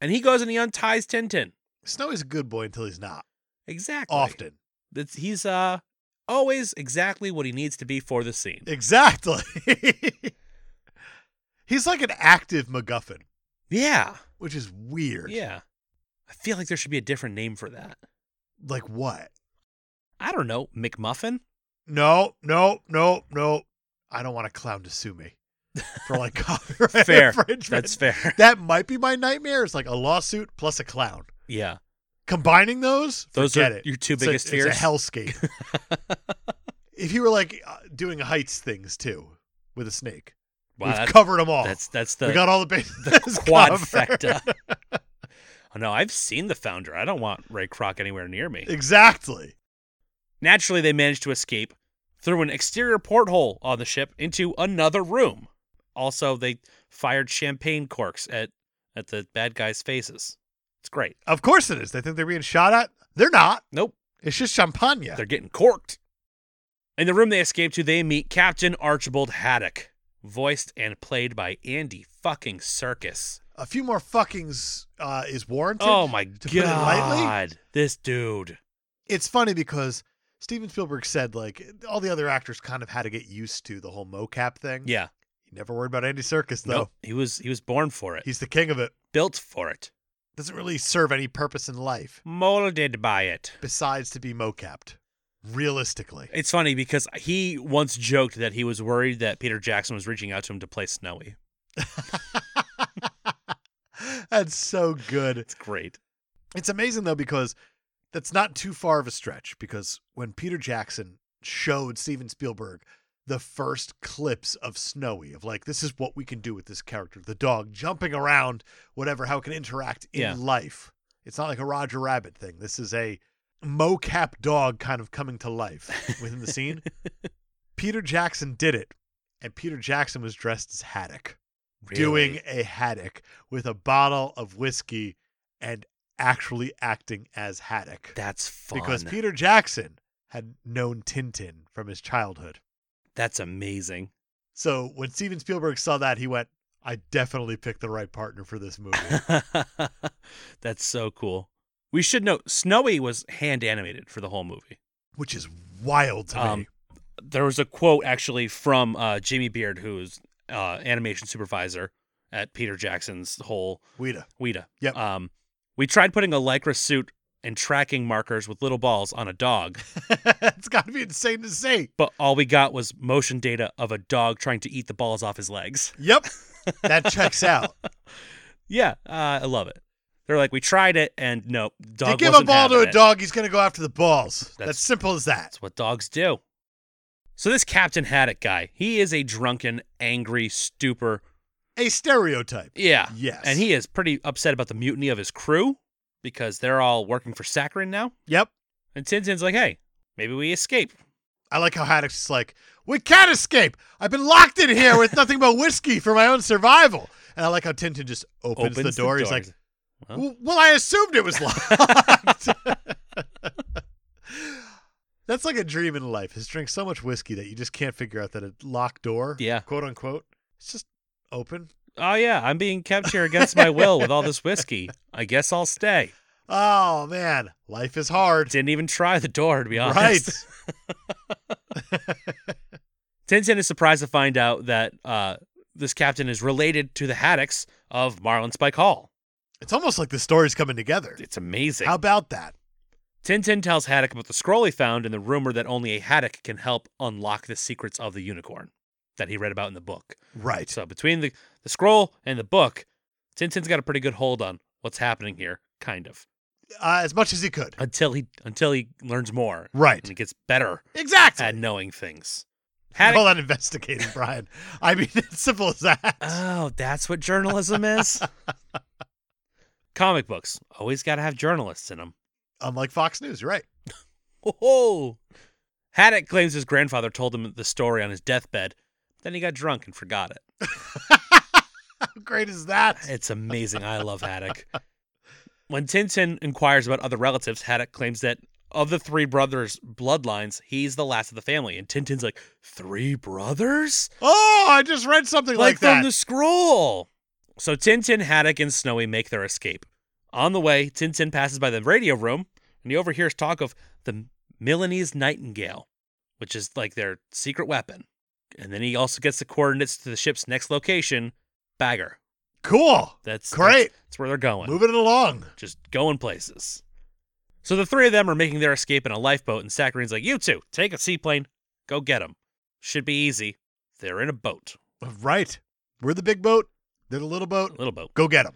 B: And he goes and he unties Tintin.
A: Snowy's a good boy until he's not.
B: Exactly.
A: Often.
B: That's he's uh always exactly what he needs to be for the scene.
A: Exactly. (laughs) he's like an active MacGuffin,
B: Yeah.
A: which is weird.
B: Yeah. I feel like there should be a different name for that.
A: Like what?
B: I don't know,
A: (laughs)
B: McMuffin?
A: No, no, no, no. I don't want a clown to sue me for like (laughs) copyright
B: Fair.
A: infringement.
B: That's fair. (laughs)
A: that might be my nightmare. It's like a lawsuit plus a clown.
B: yeah.
A: Combining those,
B: Those
A: forget
B: are
A: it.
B: your two
A: It's a-
B: biggest fears.
A: It's
B: (laughs)
A: a hellscape. if you were like uh, doing heights things too with a snake,
B: wow,
A: we've
B: that's,
A: covered them all.
B: that's that's the
A: we got all the bases. (laughs)
B: the (laughs) quad
A: covered. (laughs)
B: facta. Oh, no, I've seen the founder. I don't want Ray Kroc anywhere near me.
A: Exactly.
B: Naturally, they manage to escape through an exterior porthole on the ship into another room. Also, they fired champagne corks at at the bad guys' faces. It's great.
A: Of course it is. They think they're being shot at. They're not.
B: Nope,
A: It's just champagne.
B: they're getting corked. In the room they escape to, they meet Captain Archibald Haddock, voiced and played by Andy fucking Circus.
A: A few more fuckings uh, is warranted.
B: Oh my
A: to put it lightly?
B: god, this dude.
A: It's funny because Steven Spielberg said like all the other actors kind of had to get used to the whole mocap thing.
B: Yeah,
A: He never worried about Andy Circus though.
B: Nope. He was he was born for it.
A: He's the king of it.
B: built for it.
A: Doesn't really serve any purpose in life
B: Molded by it.
A: besides to be mocapped. Realistically.
B: It's funny because he once joked that he was worried that Peter Jackson was reaching out to him to play Snowy.
A: That's so good.
B: It's great.
A: It's amazing though because that's not too far of a stretch because when Peter Jackson showed Steven Spielberg the first clips of Snowy of like this is what we can do with this character, the dog jumping around, whatever, how it can interact in
B: Yeah.
A: life. It's not like a Roger Rabbit thing. This is a mocap dog kind of coming to life within the scene. Peter Jackson did it, and Peter Jackson was dressed as Haddock doing a haddock with a bottle of whiskey and actually acting as haddock
B: that's fun.
A: because Peter Jackson had known Tintin from his childhood.
B: that's amazing.
A: So when Steven Spielberg saw that, he went, "I definitely picked the right partner for this
B: (laughs)
A: movie."
B: that's so cool. We should note Snowy was hand animated for the whole movie.
A: Which is wild to
B: Um,
A: me.
B: There was a quote actually from uh, Jimmy Beard, who's uh, animation supervisor at Peter Jackson's whole
A: Weta. (laughs)
B: Weta.
A: Yep.
B: Um, we tried putting a lycra suit and tracking markers with little balls on a dog,
A: it's got to be insane to say.
B: but all we got was motion data of a dog trying to eat the balls off his legs.
A: Yep. That
B: (laughs)
A: checks out.
B: Yeah, uh, I love it. They're like, we tried it, and no, dog.
A: you give a
B: wasn't
A: ball to a
B: having it."
A: dog, he's going to go after the balls. That's,
B: That's-
A: simple as that.
B: That's what dogs do. So this Captain Haddock guy, he is a drunken, angry stupor.
A: A stereotype.
B: Yeah.
A: Yes.
B: And he is pretty upset about the mutiny of his crew because they're all working for Saccharin now.
A: Yep.
B: And Tintin's like, hey, maybe we escape.
A: I like how Haddock's just like, we can't escape. I've been locked in here with nothing but whiskey for my own survival. And I like how Tintin just opens, the door. He's like,
B: Huh?
A: "W- well, I assumed it was locked. (laughs) That's like a dream in life is drink so much whiskey that you just can't figure out that a locked door,
B: Yeah.
A: quote unquote, it's just open.
B: oh, yeah, I'm being kept here against my will with all this whiskey. I guess I'll stay.
A: Oh, man. Life is hard.
B: Didn't even try the door, to be honest.
A: Right.
B: Tintin is surprised to find out that uh, this captain is related to the Haddocks of Marlin Spike Hall.
A: It's almost like the story's coming together.
B: It's amazing.
A: How about that?
B: Tintin tells Haddock about the scroll he found and the rumor that only a Haddock can help unlock the secrets of the unicorn that he read about in the book.
A: Right.
B: So between the, the scroll and the book, Tintin's got a pretty good hold on what's happening here, kind of.
A: Uh, as much as he could.
B: Until he until he learns more and
A: Right.
B: he gets better
A: Exactly.
B: at knowing things.
A: All
B: Haddock
A: that investigating, Brian. I mean, (laughs) it's simple as that.
B: Oh, that's what journalism is? Comic books always got to have journalists in them.
A: Unlike Fox News, you're right.
B: Oh. Haddock claims his grandfather told him the story on his deathbed. Then he got drunk and forgot it.
A: How great is that?
B: It's amazing. I love Haddock. When Tintin inquires about other relatives, Haddock claims that of the three brothers' bloodlines, he's the last of the family. And Tintin's like, Three brothers?
A: Oh, I just read something like,
B: like
A: that.
B: from the scroll. So Tintin, Haddock, and Snowy make their escape. On the way, Tintin passes by the radio room and he overhears talk of the Milanese Nightingale, which is like their secret weapon. And then he also gets the coordinates to the ship's next location, Bagger.
A: cool.
B: That's
A: Great.
B: That's, that's where they're going.
A: Moving it along.
B: Just going places. So the three of them are making their escape in a lifeboat, and Saccharin's like, "You two, take a seaplane, go get them. Should be easy. They're in a boat,
A: Right. We're the big boat. They're the little
B: a
A: boat.
B: little boat."
A: Go get them.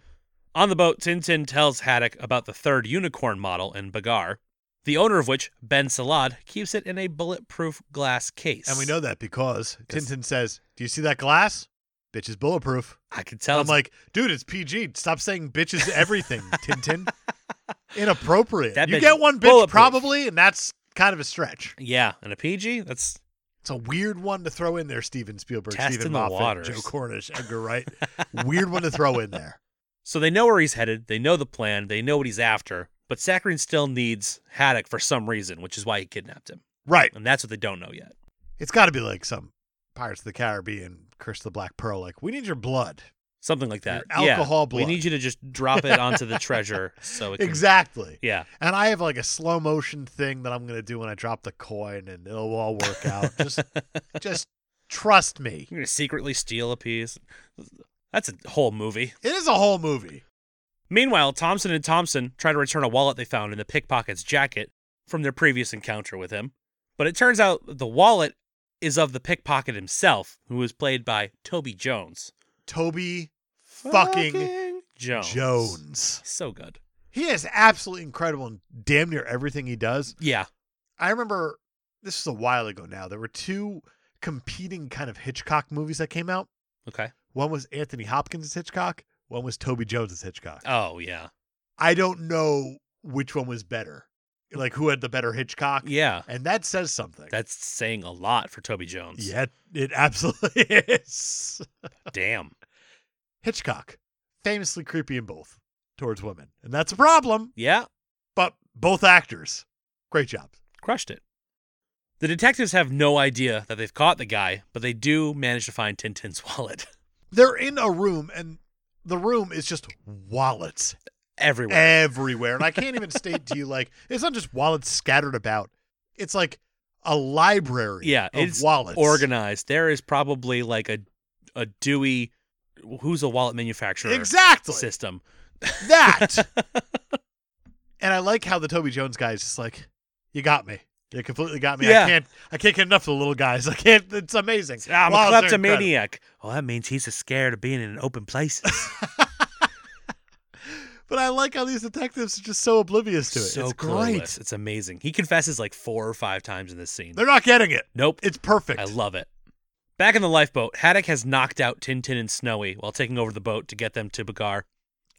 B: On the boat, Tintin tells Haddock about the third unicorn model in Bagar, the owner of which, Ben Salad, keeps it in a bulletproof glass case.
A: And we know that because
B: Yes.
A: Tintin says, Do you see that glass? Bitch is bulletproof.
B: I could
A: And
B: tell.
A: I'm like, dude, it's PG. Stop saying bitch
B: (laughs)
A: is everything, Tintin. Inappropriate.
B: That
A: you
B: bitch
A: get
B: is
A: one bitch
B: bulletproof.
A: probably, and that's kind of a stretch.
B: yeah, and a PG. That's
A: It's a weird one to throw in there, Steven Spielberg,
B: Testing
A: Steven
B: the
A: Moffat,
B: waters.
A: Joe Cornish, Edgar
B: (laughs)
A: Wright. weird one to throw in there.
B: so they know where he's headed. They know the plan. They know what he's after. But Saccharin still needs Haddock for some reason, which is why he kidnapped him,
A: Right.
B: and that's what they don't know yet.
A: It's got to be like some Pirates of the Caribbean, Curse of the Black Pearl. Like, we need your blood.
B: Something like that.
A: Your
B: Yeah,
A: alcohol
B: We
A: blood.
B: need you to just drop it onto the
A: (laughs)
B: treasure, so it can,
A: Exactly.
B: Yeah,
A: And I have like a slow motion thing that I'm going to do when I drop the coin and it'll all work out. just,
B: (laughs)
A: just trust me.
B: you're gonna secretly steal a piece. That's a whole movie.
A: It is a whole movie.
B: Meanwhile, Thompson and Thompson try to return a wallet they found in the pickpocket's jacket from their previous encounter with him. But it turns out the wallet is of the pickpocket himself, who was played by Toby Jones.
A: Toby fucking
B: Jones.
A: Jones.
B: So good.
A: He is absolutely incredible in damn near everything he does.
B: Yeah.
A: I remember this is a while ago now. There were two competing kind of Hitchcock movies that came out.
B: Okay.
A: One was Anthony Hopkins' Hitchcock, one was Toby Jones' Hitchcock.
B: Oh, yeah.
A: I don't know which one was better. Like who had the better Hitchcock?
B: Yeah.
A: And that says something.
B: That's saying a lot for Toby Jones.
A: yeah, it absolutely (laughs) is.
B: Damn.
A: Hitchcock, famously creepy in both towards women. And that's a problem,
B: Yeah.
A: but both actors, great job.
B: Crushed it. The detectives have no idea that they've caught the guy, but they do manage to find Tintin's (laughs) wallet
A: They're in a room and the room is just wallets
B: everywhere.
A: everywhere. And I can't even state to you, like, it's not just wallets scattered about. It's like a library
B: Yeah,
A: of
B: it's
A: wallets.
B: organized. There is probably like a a Dewey, who's a wallet manufacturer (laughs)
A: Exactly.
B: system.
A: That. And I like how the Toby Jones guy is just like, "You got me. You completely got me. I
B: Yeah.
A: can't. I can't get enough of the little guys. I can't. It's amazing.
B: I'm
A: Wow,
B: a
A: they're
B: kleptomaniac. Well, that means he's scared of being in open
A: (laughs)
B: places.
A: incredible. But I like how these detectives are just so oblivious to it.
B: so
A: it's
B: clueless.
A: great.
B: It's amazing. He confesses like four or five times in this scene.
A: They're not getting it.
B: nope.
A: It's perfect.
B: I love it. Back in the lifeboat, Haddock has knocked out Tintin and Snowy while taking over the boat to get them to Bagar.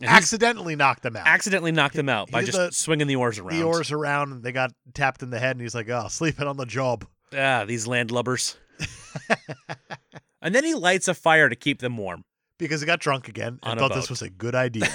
B: And he's
A: Accidentally knocked them out.
B: accidentally knocked them out
A: He
B: by
A: did
B: just
A: the-
B: swinging the oars around.
A: the oars around. And they got tapped in the head, and he's like, "Oh, sleeping on the job."
B: Ah, these
A: (laughs)
B: landlubbers. and then he lights a fire to keep them warm.
A: Because he got drunk again and
B: On a
A: thought this
B: boat.
A: was a
B: (laughs)
A: good idea.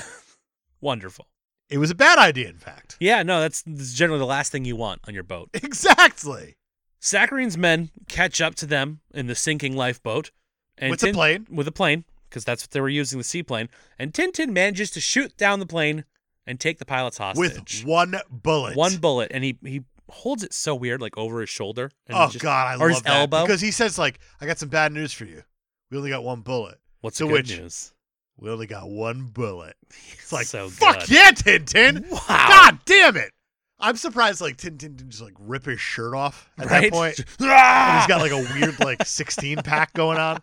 B: Wonderful.
A: it was a bad idea, in fact. (laughs)
B: Yeah, no, that's, that's generally the last thing you want on your boat.
A: Exactly.
B: Saccharine's men catch up to them in the sinking lifeboat. And
A: With the
B: Tin-
A: plane.
B: With a plane, because that's what they were using the seaplane. And Tintin manages to shoot down the plane and take the pilots hostage.
A: With one bullet.
B: One bullet, and he he holds it so weird, like over his shoulder. And
A: Oh
B: just-
A: God, I
B: or
A: love
B: his
A: that
B: elbow.
A: because he says like, "I got some bad news for you. We only got one bullet.
B: What's
A: to
B: the good
A: which-
B: news?
A: We only got one bullet." It's like,
B: so
A: fuck
B: good.
A: yeah, Tintin.
B: Wow.
A: God damn it! I'm surprised like Tintin didn't just like rip his shirt off at that
B: Right? (laughs)
A: point.
B: Ah!
A: He's got like a weird like 16 pack going on.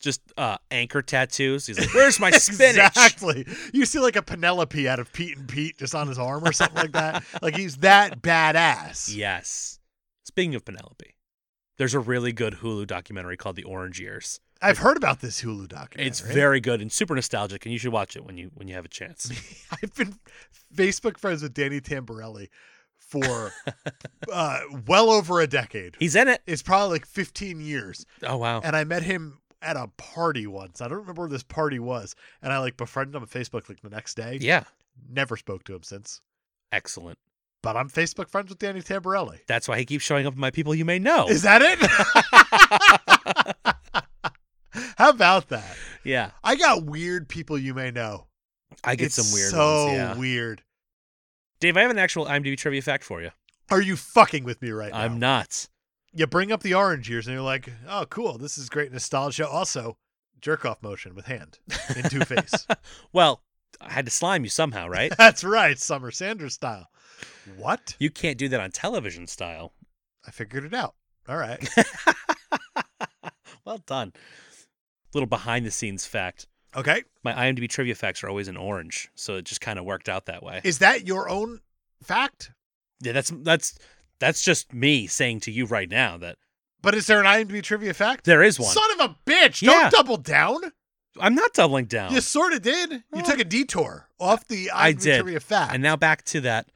B: just uh, anchor tattoos. He's like, "Where's
A: (laughs)
B: my (laughs) spinach?"
A: Exactly. You see like a Penelope out of Pete and Pete just on his arm or something
B: (laughs)
A: like that. Like he's that badass.
B: Yes. Speaking of Penelope, there's a really good Hulu documentary called The Orange Years.
A: I've heard about this Hulu documentary.
B: It's very good and super nostalgic, and you should watch it when you when you have a chance.
A: (laughs) I've been Facebook friends with Danny Tamborelli
B: (laughs)
A: for uh, well over a decade.
B: He's in it.
A: It's probably like 15 years.
B: Oh wow.
A: And I met him at a party once. I don't remember where this party was. And I like befriended him on Facebook like the next day.
B: Yeah.
A: Never spoke to him since.
B: Excellent.
A: But I'm Facebook friends with Danny Tamborelli.
B: That's why he keeps showing up in my people you may know.
A: Is that it? (laughs) How about that?
B: yeah.
A: I got weird people you may know.
B: I get
A: it's
B: some weird
A: so
B: ones. Yeah.
A: weird.
B: Dave, I have an actual IMDb trivia fact for you.
A: Are you fucking with me right now?
B: I'm not.
A: you bring up the orange years and you're like, oh, cool, this is great nostalgia. Also, jerk off motion with hand in Two
B: (laughs)
A: Face.
B: Well, I had to slime you somehow,
A: (laughs)
B: right?
A: That's right, Summer Sanders style. What?
B: you can't do that on television style.
A: I figured it out. All right.
B: well done. Little behind the scenes fact.
A: Okay.
B: My IMDb trivia facts are always in orange, so it just kind of worked out that way.
A: Is that your own fact?
B: yeah, that's that's that's just me saying to you right now that
A: But is there an IMDb trivia fact?
B: there is one.
A: Son of a bitch!
B: Yeah.
A: Don't double down.
B: I'm not doubling down.
A: You sort of did. You
B: Well,
A: took a detour off the IMDb
B: I did.
A: trivia fact.
B: And now back to that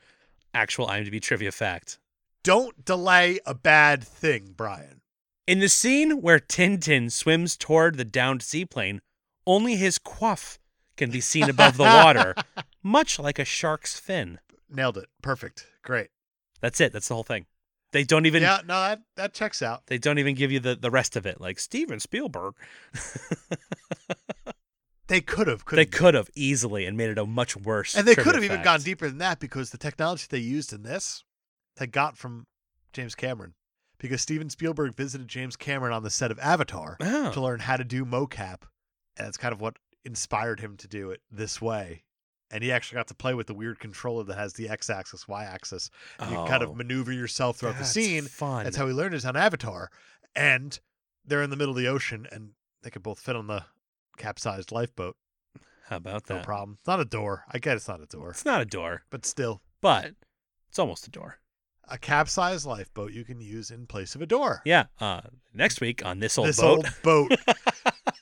B: actual IMDb trivia fact.
A: don't delay a bad thing, Brian.
B: In the scene where Tintin swims toward the downed seaplane, only his coif can be seen above the
A: (laughs)
B: water, much like a shark's fin.
A: Nailed it. Perfect. Great.
B: That's it. That's the whole thing. They don't even
A: yeah. No, that that checks out.
B: they don't even give you the, the rest of it. Like Steven Spielberg, (laughs)
A: They could have.
B: they could have easily and made it a much worse.
A: And they
B: trivia
A: could have even
B: fact.
A: gone deeper than that because the technology they used in this, they got from James Cameron. Because Steven Spielberg visited James Cameron on the set of Avatar
B: Oh.
A: to learn how to do mocap. And it's kind of what inspired him to do it this way. And he actually got to play with the weird controller that has the X axis, Y axis. You can kind
B: Oh,
A: of maneuver yourself throughout the
B: that's
A: scene.
B: Fun.
A: That's how he learned it on Avatar. And they're in the middle of the ocean and they could both fit on the capsized lifeboat.
B: How about
A: No
B: that?
A: problem. It's not a door. I get it's not a door,
B: It's not a door,
A: but still.
B: but it's almost a door.
A: a capsized lifeboat you can use in place of a door.
B: Yeah. Uh, next week on this old
A: this
B: boat.
A: old boat.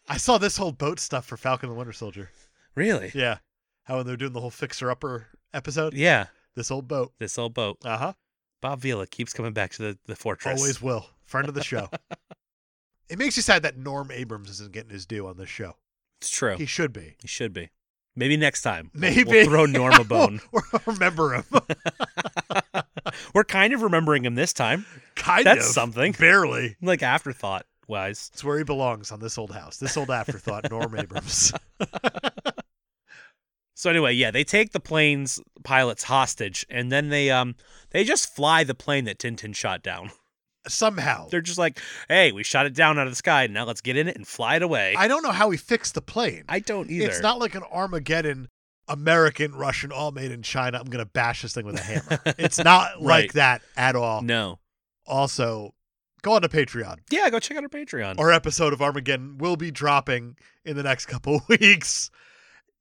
A: I saw this whole boat stuff for Falcon and the Winter Soldier.
B: (laughs) really?
A: Yeah. How when they're doing the whole fixer upper episode.
B: Yeah.
A: This old boat.
B: This old boat.
A: Uh huh.
B: Bob Vila keeps coming back to the, the fortress.
A: Always will. Friend of
B: (laughs)
A: the show. it makes you sad that Norm Abrams isn't getting his due on this show.
B: It's true.
A: He
B: He,
A: should be.
B: should be. Maybe next time. We'll-
A: Maybe
B: We'll throw Norm a bone.
A: (laughs) We'll
B: (laughs)
A: remember him.
B: We're kind of remembering him this time,
A: kind
B: That's
A: of.
B: something.
A: Barely.
B: like afterthought wise.
A: It's where he belongs on this old house. This old afterthought. Norm
B: (laughs)
A: Abrams.
B: So anyway, yeah, they take the plane's pilots hostage, and then they um they just fly the plane that Tintin shot down.
A: Somehow.
B: They're just like, hey, we shot it down out of the sky, now let's get in it and fly it away.
A: I don't know how he fixed the plane. (laughs)
B: I don't either.
A: It's not like an Armageddon American, Russian, all made in China. I'm going to bash this thing with a hammer. it's not
B: (laughs)
A: like
B: Right.
A: that at all.
B: no.
A: Also, go on to Patreon.
B: Yeah, go check out our Patreon.
A: Our episode of Armageddon will be dropping in the next couple (laughs) weeks.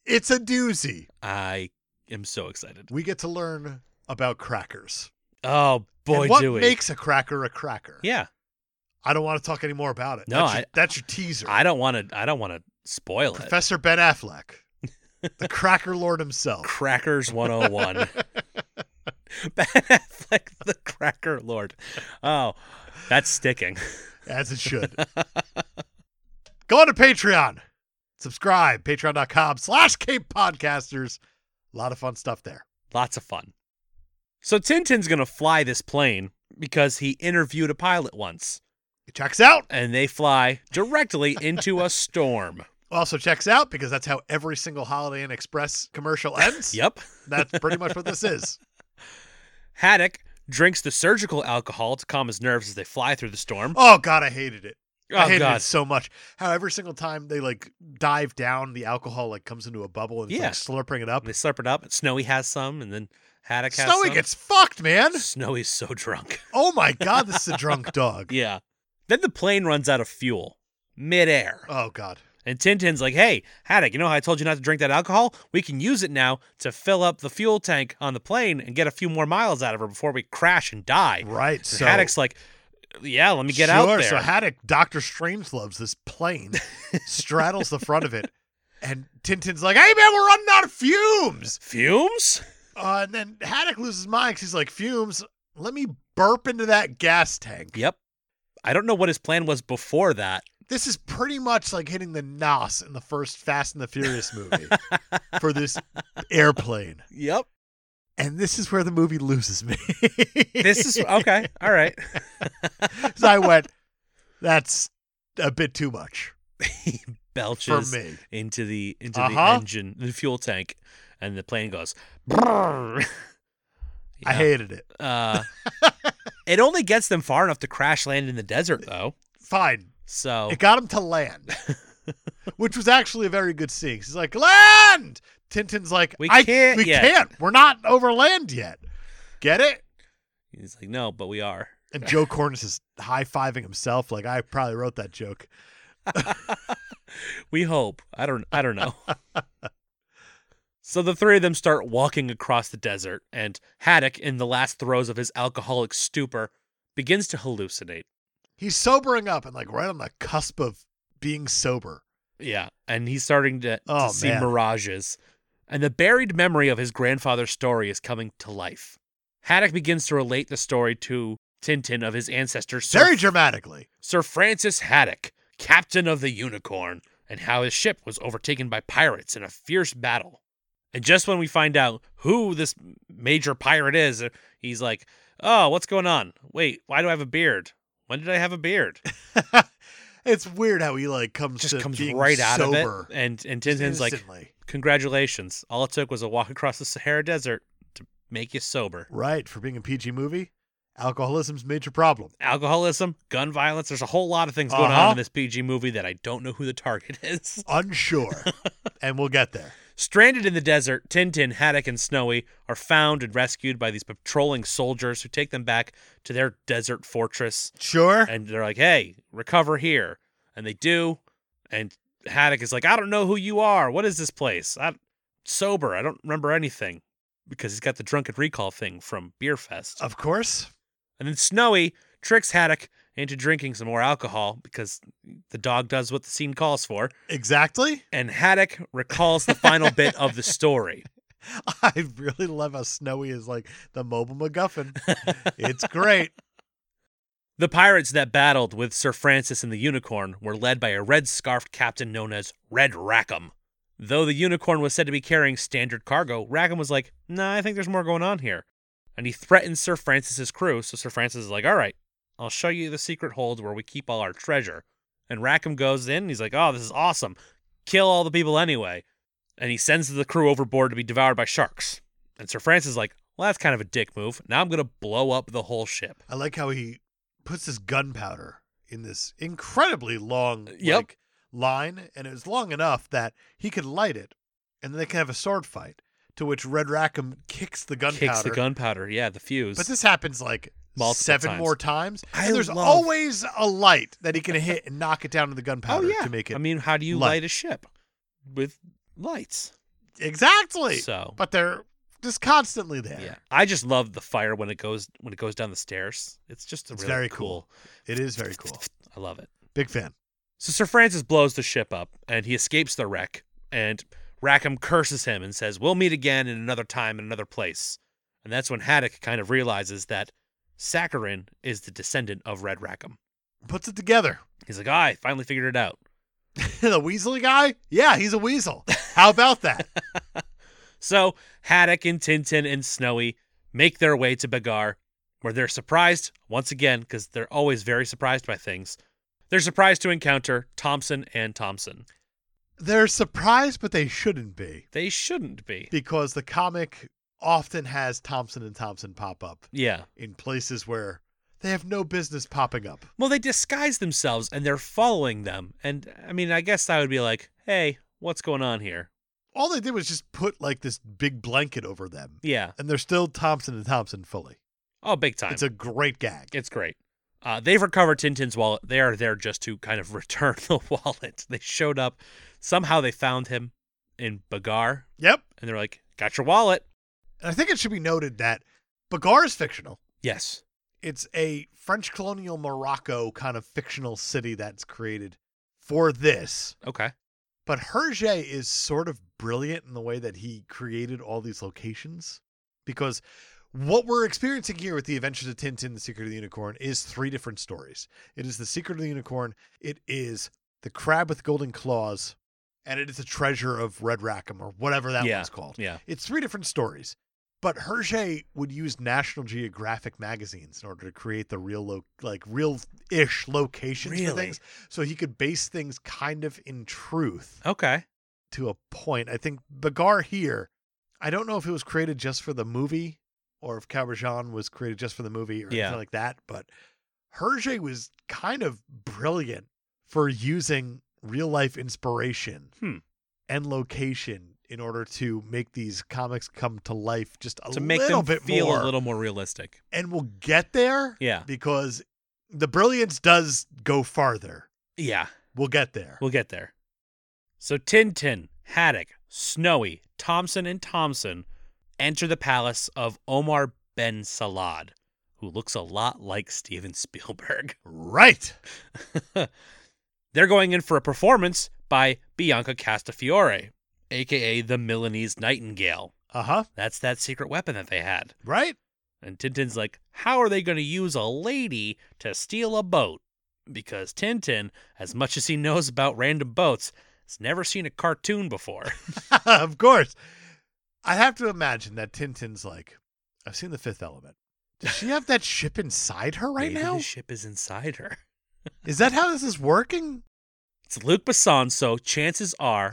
A: It's a doozy.
B: I am so excited.
A: We get to learn about crackers.
B: Oh boy,
A: and what
B: do we.
A: makes a cracker a cracker?
B: yeah.
A: I don't want to talk any more about it.
B: No,
A: that's your,
B: I-
A: that's your teaser.
B: I don't want to I don't want to spoil it.
A: Professor
B: (laughs)
A: Ben Affleck, the cracker lord himself. (laughs)
B: Crackers 101. ben Affleck, the Cracker Lord. Oh, that's sticking.
A: as it should. (laughs) Go on to Patreon. Subscribe, patreon.com slash Cape Podcasters. A lot of fun stuff there.
B: Lots of fun. So Tintin's going to fly this plane because he interviewed a pilot once,
A: It checks out.
B: and they fly directly into a
A: (laughs)
B: storm.
A: Also checks out because that's how every single Holiday Inn Express commercial
B: (laughs)
A: ends.
B: Yep.
A: That's pretty much what this is.
B: Haddock drinks the surgical alcohol to calm his nerves as they fly through the storm.
A: Oh God, I hated it. I
B: Oh,
A: hated
B: God.
A: it so much. How every single time they like dive down, the alcohol like comes into a bubble and it's,
B: Yeah.
A: like, slurping it up.
B: They slurp it up. Snowy has some, and then Haddock has
A: Snowy
B: some.
A: gets fucked, man.
B: Snowy's so drunk. (laughs)
A: Oh my God, this is a drunk dog.
B: Yeah. Then the plane runs out of fuel midair.
A: Oh God.
B: And Tintin's like, hey, Haddock, you know how I told you not to drink that alcohol? We can use it now to fill up the fuel tank on the plane and get a few more miles out of her before we crash and die.
A: Right.
B: And
A: So
B: Haddock's like, yeah, let me get
A: sure,
B: out there.
A: So Haddock, Doctor Strange loves this
B: (laughs)
A: plane, straddles the front of it, and Tintin's like, "Hey man, we're running out of fumes."
B: Fumes?
A: Uh, and then Haddock loses his mind 'cause he's like, "Fumes? Let me burp into that gas tank."
B: Yep. I don't know what his plan was before that.
A: This is pretty much like hitting the nos in the first Fast and the Furious
B: (laughs)
A: movie for this airplane.
B: Yep.
A: And this is where the movie loses me.
B: This
A: (laughs)
B: is okay. All right.
A: so I went, "That's a bit too much
B: He
A: for
B: (laughs) belches
A: me."
B: into the into the
A: Uh-huh.
B: engine, the fuel tank, and the plane
A: (laughs)
B: goes. "Brrr."
A: I
B: Yeah.
A: hated it.
B: Uh,
A: (laughs)
B: it only gets them far enough to crash land in the desert, though.
A: Fine,
B: So
A: It got him to land, which was actually a very good scene. He's like, land! Tintin's like,
B: We
A: "I-
B: can't
A: we
B: yet."
A: can't. We're not over land yet. Get it?
B: he's like, "No, but we are."
A: And Joe Cornish is high fiving himself, like, I probably wrote that joke.
B: We hope. I don't. I don't
A: (laughs)
B: know. so the three of them start walking across the desert, and Haddock, in the last throes of his alcoholic stupor, begins to hallucinate.
A: He's sobering up and, like, right on the cusp of being sober.
B: Yeah, and he's starting to, to
A: Oh,
B: see
A: man.
B: mirages. And the buried memory of his grandfather's story is coming to life. Haddock begins to relate the story to Tintin of his ancestor Sir
A: Very dramatically. (laughs)
B: Sir Francis Haddock, captain of the Unicorn, and how his ship was overtaken by pirates in a fierce battle. And just when we find out who this major pirate is, he's like, "Oh, what's going on? Wait, why do I have a beard? When did I have a beard?"
A: (laughs) it's weird how he, like, comes
B: Just
A: to
B: comes
A: being
B: right out
A: sober.
B: of it. And and
A: just
B: Tintin's like,
A: instantly.
B: "Congratulations! All it took was a walk across the Sahara Desert to make you sober."
A: Right, for being a PG movie, alcoholism's a major problem.
B: Alcoholism, gun violence, there's a whole lot of things going on
A: Uh-huh.
B: in this PG movie that I don't know who the target (laughs) is. (laughs)
A: Unsure. and we'll get there.
B: Stranded in the desert, Tintin, Haddock, and Snowy are found and rescued by these patrolling soldiers who take them back to their desert fortress.
A: Sure.
B: (laughs) And they're like, hey, recover here. And they do. And Haddock is like, I don't know who you are. What is this place? I'm sober. I don't remember anything because he's got the drunken recall thing from Beer Fest.
A: Of course.
B: And then Snowy tricks Haddock into drinking some more alcohol because the dog does what the scene calls for.
A: Exactly. (laughs)
B: And Haddock recalls the final bit of the story.
A: I really love how Snowy is like the mobile MacGuffin. It's
B: (laughs)
A: great.
B: The pirates that battled with Sir Francis and the Unicorn were led by a red scarfed captain known as Red Rackham. Though the Unicorn was said to be carrying standard cargo, Rackham was like, nah, I think there's more going on here. And he threatened Sir Francis's crew, so Sir Francis is like, all right, I'll show you the secret hold where we keep all our treasure. And Rackham goes in, and he's like, oh, this is awesome. Kill all the people anyway. And he sends the crew overboard to be devoured by sharks. And Sir Francis is like, well, that's kind of a dick move. Now I'm going to blow up the whole ship.
A: I like how he puts his gunpowder in this incredibly long
B: Yep.
A: like, line, and it was long enough that he could light it and then they can have a sword fight. To which Red Rackham kicks the gunpowder.
B: Kicks the gunpowder. Yeah, the fuse.
A: But this happens like
B: Multiple
A: seven
B: times.
A: more times.
B: I
A: and there's
B: love-
A: always a light that he can hit and knock it down to the
B: oh
A: gunpowder
B: yeah.
A: to make it
B: I mean, how do you
A: light.
B: light a ship with lights?
A: exactly.
B: So
A: But they're just constantly there.
B: yeah, I just love the fire when it goes when it goes down the stairs. It's just a
A: It's
B: really
A: very cool. It is very
B: (laughs)
A: cool.
B: I love it.
A: Big fan.
B: So Sir Francis blows the ship up and he escapes the wreck. And Rackham curses him and says, We'll meet again in another time in another place. And that's when Haddock kind of realizes that Saccharin is the descendant of Red Rackham.
A: Puts it together. (laughs)
B: He's like, ah, I finally figured it out.
A: the Weasley guy? Yeah, he's a weasel. How
B: (laughs)
A: about that?
B: So Haddock and Tintin and Snowy make their way to Begar, where they're surprised once again, because they're always very surprised by things. They're surprised to encounter Thompson and Thompson.
A: they're surprised, but they shouldn't be
B: They shouldn't be.
A: because the comic often has Thompson and Thompson pop up
B: Yeah.
A: in places where they have no business popping up.
B: Well, they disguise themselves and they're following them. And I mean, I guess I would be like, hey, what's going on here?
A: All they did was just put like this big blanket over them,
B: Yeah.
A: and they're still Thompson and Thompson fully.
B: Oh, big time.
A: It's
B: It's,
A: a great gag.
B: great. Uh, they've recovered Tintin's wallet. They are there just to kind of (laughs) return the wallet. They showed up. Somehow they found him in Bagar
A: Yep.
B: and they're like, got your wallet.
A: And I think it should be noted that Bagar is fictional.
B: Yes.
A: It's a French colonial Morocco kind of fictional city that's created for this.
B: Okay.
A: But Hergé is sort of brilliant in the way that he created all these locations because what we're experiencing here with the Adventures of Tintin, The Secret of the Unicorn is three different stories. It is The Secret of the Unicorn, it is The Crab with Golden Claws, and it is The Treasure of Red Rackham or whatever that
B: Yeah.
A: one's called.
B: Yeah.
A: It's three different stories. But Hergé would use National Geographic magazines in order to create the real lo- like real-ish locations for
B: Really?
A: things. So he could base things kind of in truth
B: Okay.
A: to a point. I think Bagar here, I don't know if it was created just for the movie or if Caberjan was created just for the movie or
B: Yeah.
A: anything like that, but Hergé was kind of brilliant for using real life inspiration
B: Hmm.
A: and location in order to make these comics come to life just a
B: to make
A: little
B: them
A: bit
B: feel
A: more.
B: a little more realistic.
A: and we'll get there
B: Yeah.
A: because the brilliance does go farther.
B: Yeah.
A: We'll get there.
B: We'll get there. So Tintin, Haddock, Snowy, Thompson, and Thompson enter the palace of Omar Ben Salad, who looks a lot like Steven (laughs) Spielberg.
A: right.
B: They're going in for a performance by Bianca Castafiore, aka the Milanese Nightingale.
A: Uh huh.
B: That's that secret weapon that they had.
A: Right.
B: And Tintin's like, how are they going to use a lady to steal a boat? Because Tintin, as much as he knows about random boats, has never seen a cartoon before.
A: of course. I have to imagine that Tintin's like, I've seen the fifth element. Does she have that ship inside her (laughs) right
B: Maybe
A: now?
B: the ship is inside her.
A: Is that how this is working?
B: It's Luke Besson, so chances (laughs) are.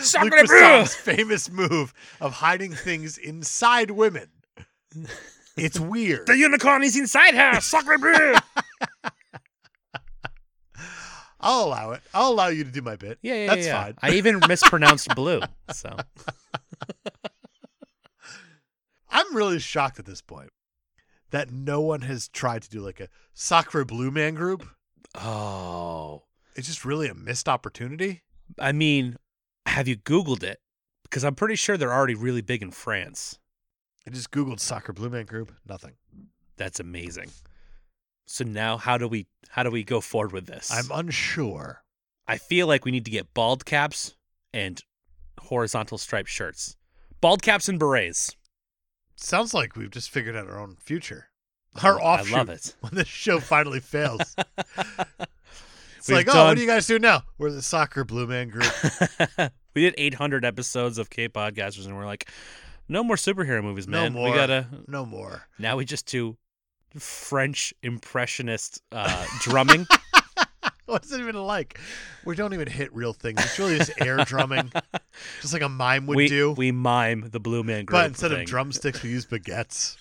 B: Suck
A: Luc
B: it up,
A: Besson's famous move of hiding things inside women.
B: (laughs)
A: It's weird.
B: the unicorn is inside her. Sacre bleu!
A: I'll allow it. I'll allow you to do my bit.
B: (laughs) Yeah, yeah,
A: That's
B: yeah.
A: fine.
B: I even mispronounced blue. So
A: I'm really shocked at this point that no one has tried to do like a Sacre Blue Man group.
B: (laughs) Oh.
A: It's just really a missed opportunity.
B: I mean, have you Googled it? Because I'm pretty sure they're already really big in France.
A: I just Googled Sacre Blue Man group. Nothing.
B: That's amazing. So now how do we how do we go forward with this?
A: I'm unsure.
B: I feel like we need to get bald caps and horizontal striped shirts. Bald caps and berets.
A: Sounds like we've just figured out our own future. Our offshoot.
B: I love it.
A: (laughs) When this show finally
B: (laughs)
A: fails, it's
B: We've
A: like, oh, what
B: done-
A: do you guys do now? We're the soccer blue
B: (laughs)
A: man group.
B: we did 800 episodes of K podcasters and we're like no more superhero movies,
A: No
B: man.
A: more.
B: We got to
A: no more. (laughs)
B: now we just do French impressionist uh drumming
A: What's it even like? We don't even hit real things. It's really just air
B: (laughs)
A: drumming, just like a mime (laughs) would
B: we
A: do.
B: we mime the Blue Man Group.
A: but instead of
B: thing.
A: drumsticks, we
B: (laughs)
A: use baguettes.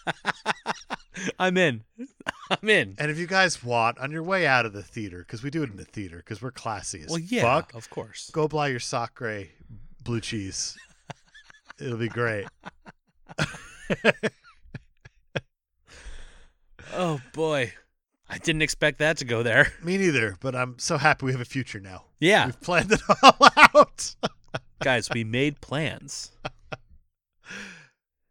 B: I'm in. (laughs) I'm in.
A: And if you guys want, on your way out of the theater, because we do it in the theater, because we're classy as
B: Well, yeah,
A: fuck,
B: of course.
A: go buy your sacre
B: (laughs)
A: blue cheese. It'll be great.
B: Oh boy, I didn't expect that to go there.
A: Me neither, but I'm so happy we have a future now.
B: Yeah,
A: We've planned it all out.
B: (laughs) guys, we made plans.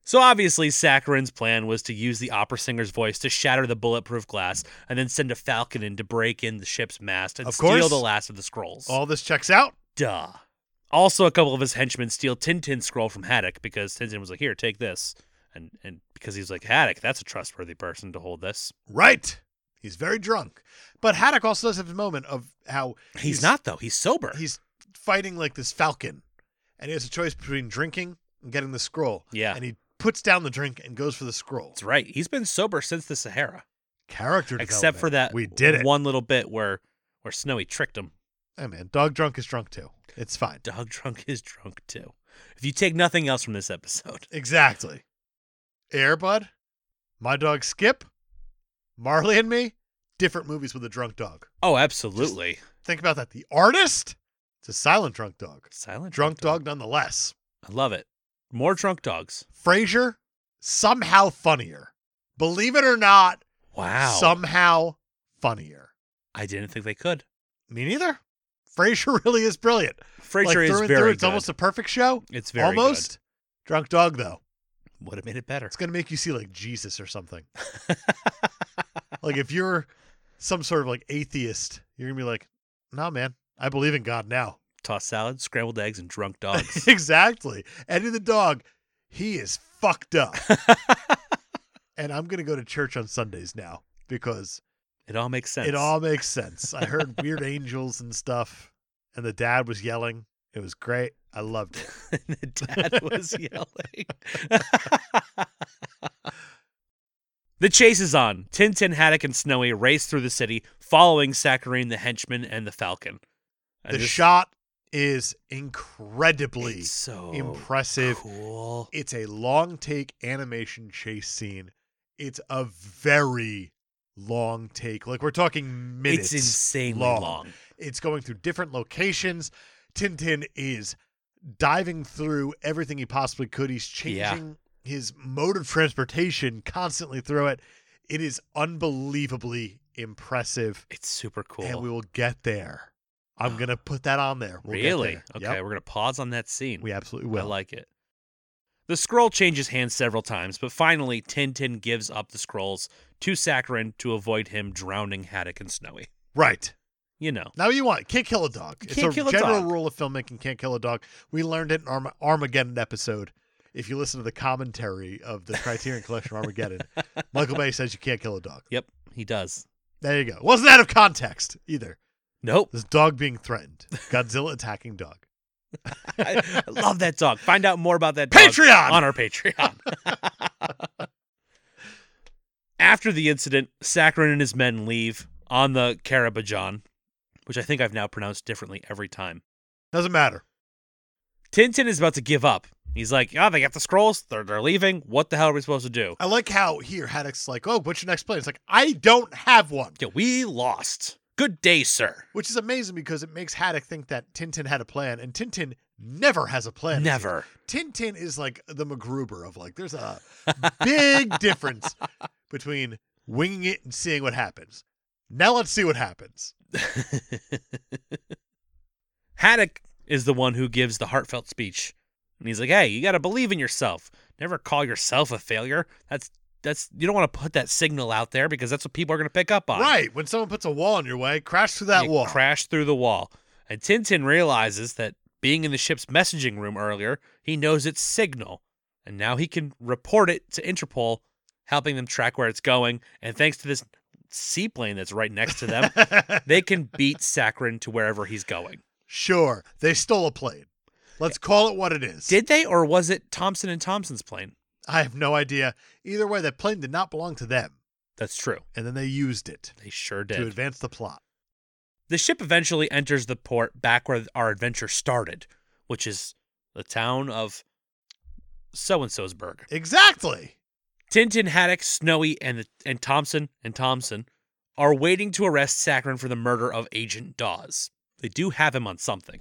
B: So obviously, Saccharin's plan was to use the opera singer's voice to shatter the bulletproof glass, and then send a falcon in to break in the ship's mast and
A: Of
B: steal
A: course.
B: the last of the scrolls.
A: all this checks out.
B: Duh. Also, a couple of his henchmen steal Tintin's scroll from Haddock because Tintin was like, "Here, take this," and and because he's like, "Haddock, that's a trustworthy person to hold this."
A: Right. He's very drunk. But Haddock also does have a moment of how
B: He's,
A: He's-
B: not though. He's sober.
A: he's fighting like this falcon and he has a choice between drinking and getting the scroll.
B: yeah,
A: And he puts down the drink and goes for the scroll.
B: that's right. He's been sober since the Sahara,
A: Character
B: except for
A: development.
B: that
A: We did it.
B: one little bit where where Snowy tricked him.
A: Hey man, dog drunk is drunk too. It's fine.
B: Dog drunk is drunk too. If you take nothing else from this episode, (laughs)
A: Exactly. Airbud, my dog Skip, Marley and me, different movies with a drunk dog.
B: oh, absolutely,
A: Think about that. The artist, it's a silent drunk dog.
B: silent
A: Drunk dog nonetheless.
B: I love it. More drunk dogs.
A: Frasier, somehow funnier. Believe it or not,
B: Wow.
A: somehow funnier.
B: I didn't think they could.
A: Me neither. Frasier (laughs) really is brilliant.
B: Frasier
A: like,
B: is
A: through and
B: very
A: through, it's
B: good.
A: almost a perfect show.
B: It's very
A: almost. Drunk dog though.
B: good. Would have made it better.
A: It's gonna make you see like Jesus
B: (laughs)
A: or something. like if you're some sort of like atheist, you're gonna be like, nah, man, I believe in God now.
B: Tossed salad, scrambled eggs, and drunk
A: (laughs)
B: dogs.
A: exactly. Eddie the dog, he is
B: (laughs)
A: fucked up. and I'm gonna go to church on Sundays now because
B: it all makes sense.
A: it all makes sense.
B: (laughs)
A: I heard weird angels and stuff, and the dad was yelling. It was great. I loved it.
B: (laughs) And the dad was yelling. (laughs) the chase is on. Tintin, Haddock, and Snowy race through the city, following Saccharine, the henchman, and the falcon. And
A: The
B: this-
A: shot is incredibly
B: it's so
A: impressive.
B: cool.
A: It's a long take animation chase scene. It's a very long take. Like we're talking
B: It's
A: minutes.
B: insanely
A: long.
B: long.
A: It's going through different locations. Tintin is diving through everything he possibly could. He's changing
B: Yeah.
A: his mode of transportation constantly through it. It is unbelievably impressive.
B: It's super cool.
A: And we will get there.
B: (gasps)
A: I'm going to put that on there. We'll get
B: really?
A: there.
B: Okay,
A: Yep.
B: we're gonna pause on that scene.
A: We absolutely will.
B: I like it. The scroll changes hands several times, but finally Tintin gives up the scrolls to Saccharin to avoid him drowning Haddock and Snowy.
A: right.
B: You know.
A: Now you want can't kill a dog.
B: You
A: it's
B: can't
A: a
B: kill a
A: general
B: dog.
A: rule of filmmaking. Can't kill a dog. We learned it in Arm- Armageddon episode. If you listen to the commentary of the Criterion
B: (laughs)
A: Collection Armageddon, Michael Bay says you can't kill a dog.
B: Yep, he does.
A: There you go. Wasn't out of context either.
B: Nope.
A: This dog being threatened. Godzilla attacking dog.
B: I, I love that dog. Find out more about that (laughs) dog
A: Patreon.
B: on our Patreon. (laughs) After the incident, Saccharin and his men leave on the Karabajan, which I think I've now pronounced differently every time.
A: Doesn't matter.
B: Tintin is about to give up. He's like, oh, they got the scrolls. They're, they're leaving. What the hell are we supposed to do?
A: I like how here Haddock's like, "Oh, what's your next plan?" It's like, "I don't have one,"
B: Yeah, we lost. Good day, sir.
A: which is amazing because it makes Haddock think that Tintin had a plan, and Tintin never has a plan. It's
B: Never.
A: Tintin is like the MacGruber of like there's a
B: (laughs)
A: big difference between winging it and seeing what happens. Now let's see what happens.
B: Haddock is the one who gives the heartfelt speech. And he's like, hey, you gotta believe in yourself. Never call yourself a failure. That's that's you don't want to put that signal out there because that's what people are gonna pick up on.
A: Right. When someone puts a wall in your way, crash through that
B: You
A: wall.
B: Crash through the wall. And Tintin realizes that being in the ship's messaging room earlier, he knows its signal. And now he can report it to Interpol, helping them track where it's going. And thanks to this seaplane that's right next to
A: (laughs)
B: them, they can beat Saccharin to wherever he's going.
A: sure. They stole a plane. Let's call it what it is.
B: Did they, or was it Thompson and Thompson's plane?
A: I have no idea. Either way, that plane did not belong to them,
B: That's true.
A: and then they used it
B: They sure
A: to
B: did.
A: advance the plot.
B: The ship eventually enters the port back where our adventure started, which is the town of so and so's burg.
A: Exactly.
B: Tintin, Haddock, Snowy, and and Thompson and Thompson are waiting to arrest Saccharin for the murder of Agent Dawes. They do have him on something,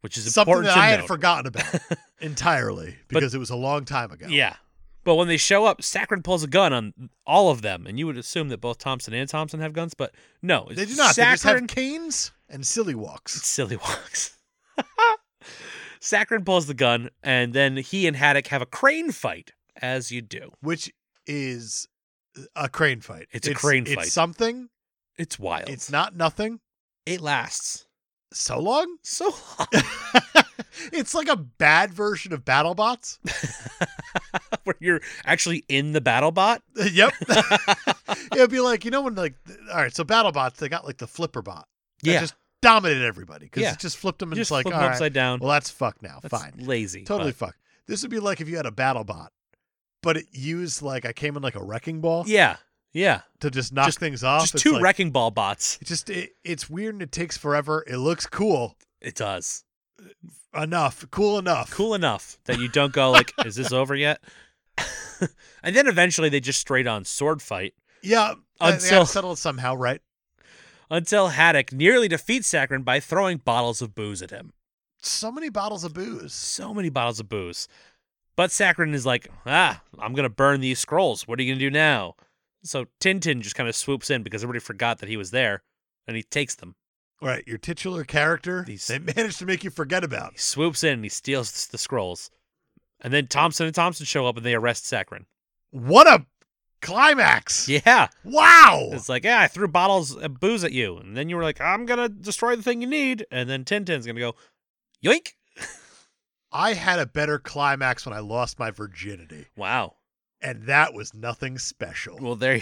B: which is
A: Something
B: important to
A: that I had
B: note.
A: forgotten about
B: (laughs)
A: entirely because it was a long time ago.
B: Yeah. But when they show up, Saccharin pulls a gun on all of them, and you would assume that both Thompson and Thompson have guns, but no,
A: They do not. They just
B: Saccharin-
A: have canes and silly walks.
B: (laughs) silly walks. (laughs) Saccharin pulls the gun, and then he and Haddock have a crane fight, as you do.
A: Which is a crane fight.
B: It's a crane fight.
A: It's something.
B: It's wild.
A: It's not nothing.
B: It lasts
A: So long.
B: (laughs) so long.
A: it's like a bad version of BattleBots. (laughs)
B: where you're actually in the battle bot. (laughs)
A: yep. It'd be like, you know, when like, th- all right, so BattleBots, they got like the flipper bot. That
B: yeah,
A: just dominated everybody because
B: Yeah.
A: it just flipped them and
B: just
A: it's like,
B: flip
A: all
B: 'em
A: right,
B: upside down.
A: well, that's fucked now.
B: That's
A: Fine.
B: lazy.
A: Totally
B: but-
A: fuck. This would be like if you had a BattleBot, but it used like, I came in like a wrecking ball
B: Yeah, yeah.
A: to just knock
B: Just-
A: things off.
B: just
A: It's
B: two
A: like-
B: wrecking ball bots.
A: It just it, it's weird and it takes forever. It looks cool
B: It does.
A: enough, cool enough.
B: Cool enough that you don't go like, "Is this over yet?" (laughs) and then eventually they just straight on sword fight
A: Yeah, they
B: Until-
A: have settled somehow, right?
B: until Haddock nearly defeats Saccharin by throwing bottles of booze at him.
A: So many bottles of booze.
B: So many bottles of booze. But Saccharin is like, ah, I'm going to burn these scrolls. What are you going to do now? So Tintin just kind of swoops in because everybody forgot that he was there and he takes them.
A: Right, your titular character.
B: These-
A: They managed to make you forget about.
B: He swoops in and he steals th- the scrolls. And then Thompson and Thompson show up and they arrest Saccharin. (laughs)
A: What a climax!
B: Yeah.
A: Wow.
B: It's like, yeah, I threw bottles of booze at you. And then you were like, I'm going to destroy the thing you need. And then Tintin's going to go, yoink.
A: I had a better climax when I lost my virginity,
B: Wow.
A: and that was nothing special.
B: Well, there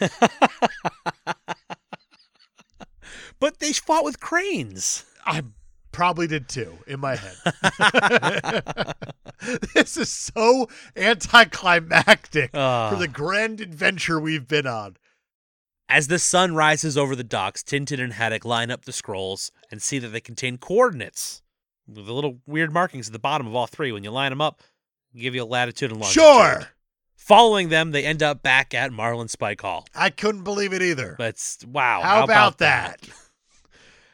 B: you But they fought with cranes.
A: I probably did too in
B: (laughs)
A: my head. (laughs) this is so anticlimactic. for
B: Ah.
A: the grand adventure we've been on.
B: As the sun rises over the docks, Tintin and Haddock line up the scrolls and see that they contain coordinates. with The little weird markings at the bottom of all three, when you line them up, give you a latitude and longitude.
A: Sure.
B: Following them, they end up back at Marlin Spike Hall.
A: I couldn't believe it either.
B: But it's- wow,
A: how, about, that?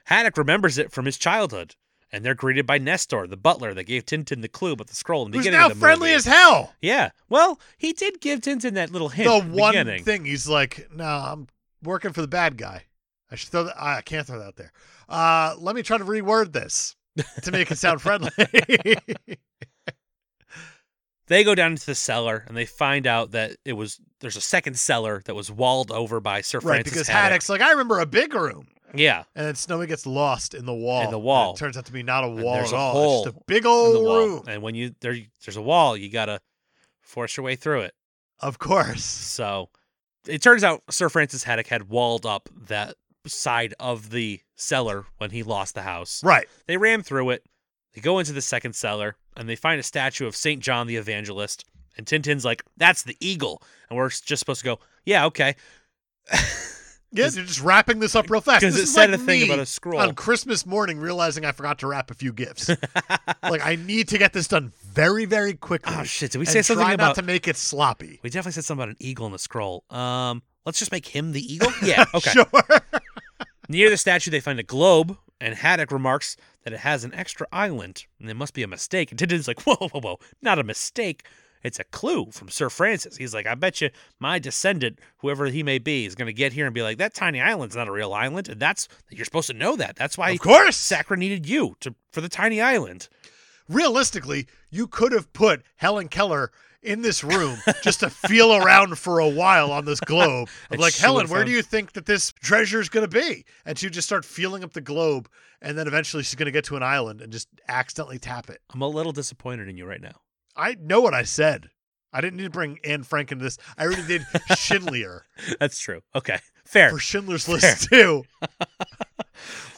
B: Haddock remembers it from his childhood, and they're greeted by Nestor, the butler that gave Tintin the clue about the scroll in the
A: Who's
B: beginning
A: now
B: of the
A: friendly
B: movie.
A: as hell.
B: Yeah. Well, he did give Tintin that little hint.
A: The
B: at
A: one
B: beginning.
A: thing he's like, no, I'm working for the bad guy. I should throw that. I can't throw that out there. Uh, let me try to reword this to make it
B: (laughs)
A: sound friendly.
B: They go down into the cellar and they find out that it was there's a second cellar that was walled over by Sir
A: (laughs) right,
B: Francis
A: because
B: Haddock.
A: Haddock's like, I remember a big room.
B: Yeah.
A: And then Snowy gets lost in the wall.
B: In the wall.
A: And it turns out to be not a
B: And
A: wall
B: there's
A: at
B: a
A: all.
B: hole
A: it's just a big
B: in the
A: old
B: wall.
A: room.
B: And when you there there's a wall, you gotta force your way through it. (laughs)
A: Of course.
B: So it turns out Sir Francis Haddock had walled up that side of the cellar when he lost the house.
A: Right.
B: They ram through it. They go into the second cellar and they find a statue of St. John the Evangelist. And Tintin's like, that's the eagle. And we're just supposed to go, yeah, okay.
A: Yeah,
B: 'Cause-
A: they're just wrapping this up real fast.
B: Because
A: (laughs) This
B: it
A: is
B: said
A: like
B: a thing
A: me
B: about a scroll.
A: on Christmas morning, realizing I forgot to wrap a
B: (laughs)
A: few gifts. like I need to get this done very, very quickly.
B: Oh shit! Did we
A: and
B: say something
A: try
B: about?
A: not to make it sloppy.
B: we definitely said something about an eagle and a scroll. Um, let's just make him the eagle.
A: (laughs)
B: Yeah. Okay.
A: Sure.
B: Near the statue, they find a globe, and Haddock remarks that it has an extra island, and it must be a mistake. (laughs) And Tintin's like, "Whoa, whoa, whoa! Not a mistake. It's a clue from Sir Francis." He's like, "I bet you my descendant, whoever he may be, is going to get here and be like, that tiny island's not a real island, and that's you're supposed to know that. That's why
A: of course.
B: Sacra needed you to for the tiny island."
A: Realistically, you could have put Helen Keller in this room (laughs) just to feel around for a while on this globe.
B: (laughs)
A: Of
B: And
A: like,
B: she
A: Helen,
B: would've
A: where do
B: found-
A: you think that this treasure is going to be? And she would just start feeling up the globe, and then eventually she's going to get to an island and just accidentally tap it.
B: I'm a little disappointed in you right now. (laughs)
A: I know what I said. I didn't need to bring Anne Frank into this. I
B: (laughs)
A: already did Schindler
B: That's true. Okay,
A: (laughs)
B: fair.
A: for Schindler's List too.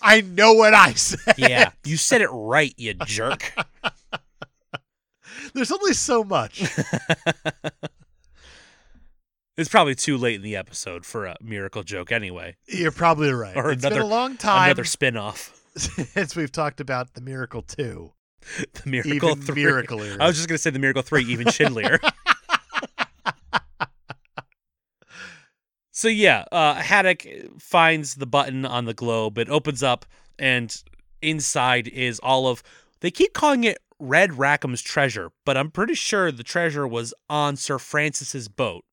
A: I know what I said.
B: yeah, you said it right,
A: (laughs)
B: you jerk. (laughs)
A: There's only so much.
B: It's probably too late in the episode for a miracle joke anyway.
A: You're probably right.
B: Or
A: It's been
B: another-
A: a long time
B: Another spin-off.
A: (laughs) since we've talked about the Miracle Two,
B: The miracle
A: even
B: three.
A: Miracle.
B: I was just gonna say the miracle three, even
A: (laughs)
B: Schindler. so yeah, uh, Haddock finds the button on the globe. It opens up, and inside is all of. They keep calling it Red Rackham's treasure, but I'm pretty sure the treasure was on Sir Francis's boat.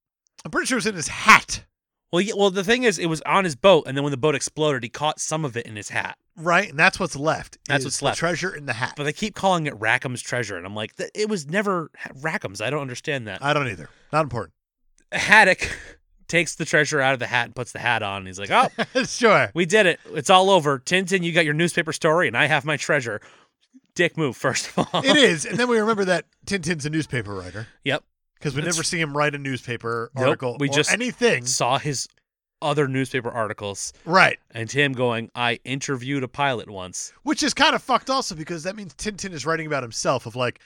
A: I'm pretty sure it was in his hat,
B: Well, yeah, well, the thing is, it was on his boat, and then when the boat exploded, he caught some of it in his hat.
A: right? And that's what's left.
B: That's
A: is
B: what's
A: the
B: left.
A: treasure in the hat.
B: But they keep calling it Rackham's treasure, and I'm like, "Th- it was never Ha- Rackham's. I don't understand that.
A: I don't either. Not important. (laughs)
B: Haddock takes the treasure out of the hat and puts the hat on. He's like, "Oh,
A: sure.
B: we did it. It's all over. Tintin, you got your newspaper story, and I have my treasure." Dick move, first of all.
A: It is. And then we remember that Tintin's a newspaper writer
B: Yep.
A: because we
B: That's-
A: never see him write a newspaper
B: Nope,
A: article
B: we
A: or
B: just- (laughs)
A: anything.
B: Saw his other newspaper articles
A: Right.
B: and him going, "I interviewed a pilot once." (laughs)
A: Which is kind of fucked also because that means Tintin is writing about himself of like,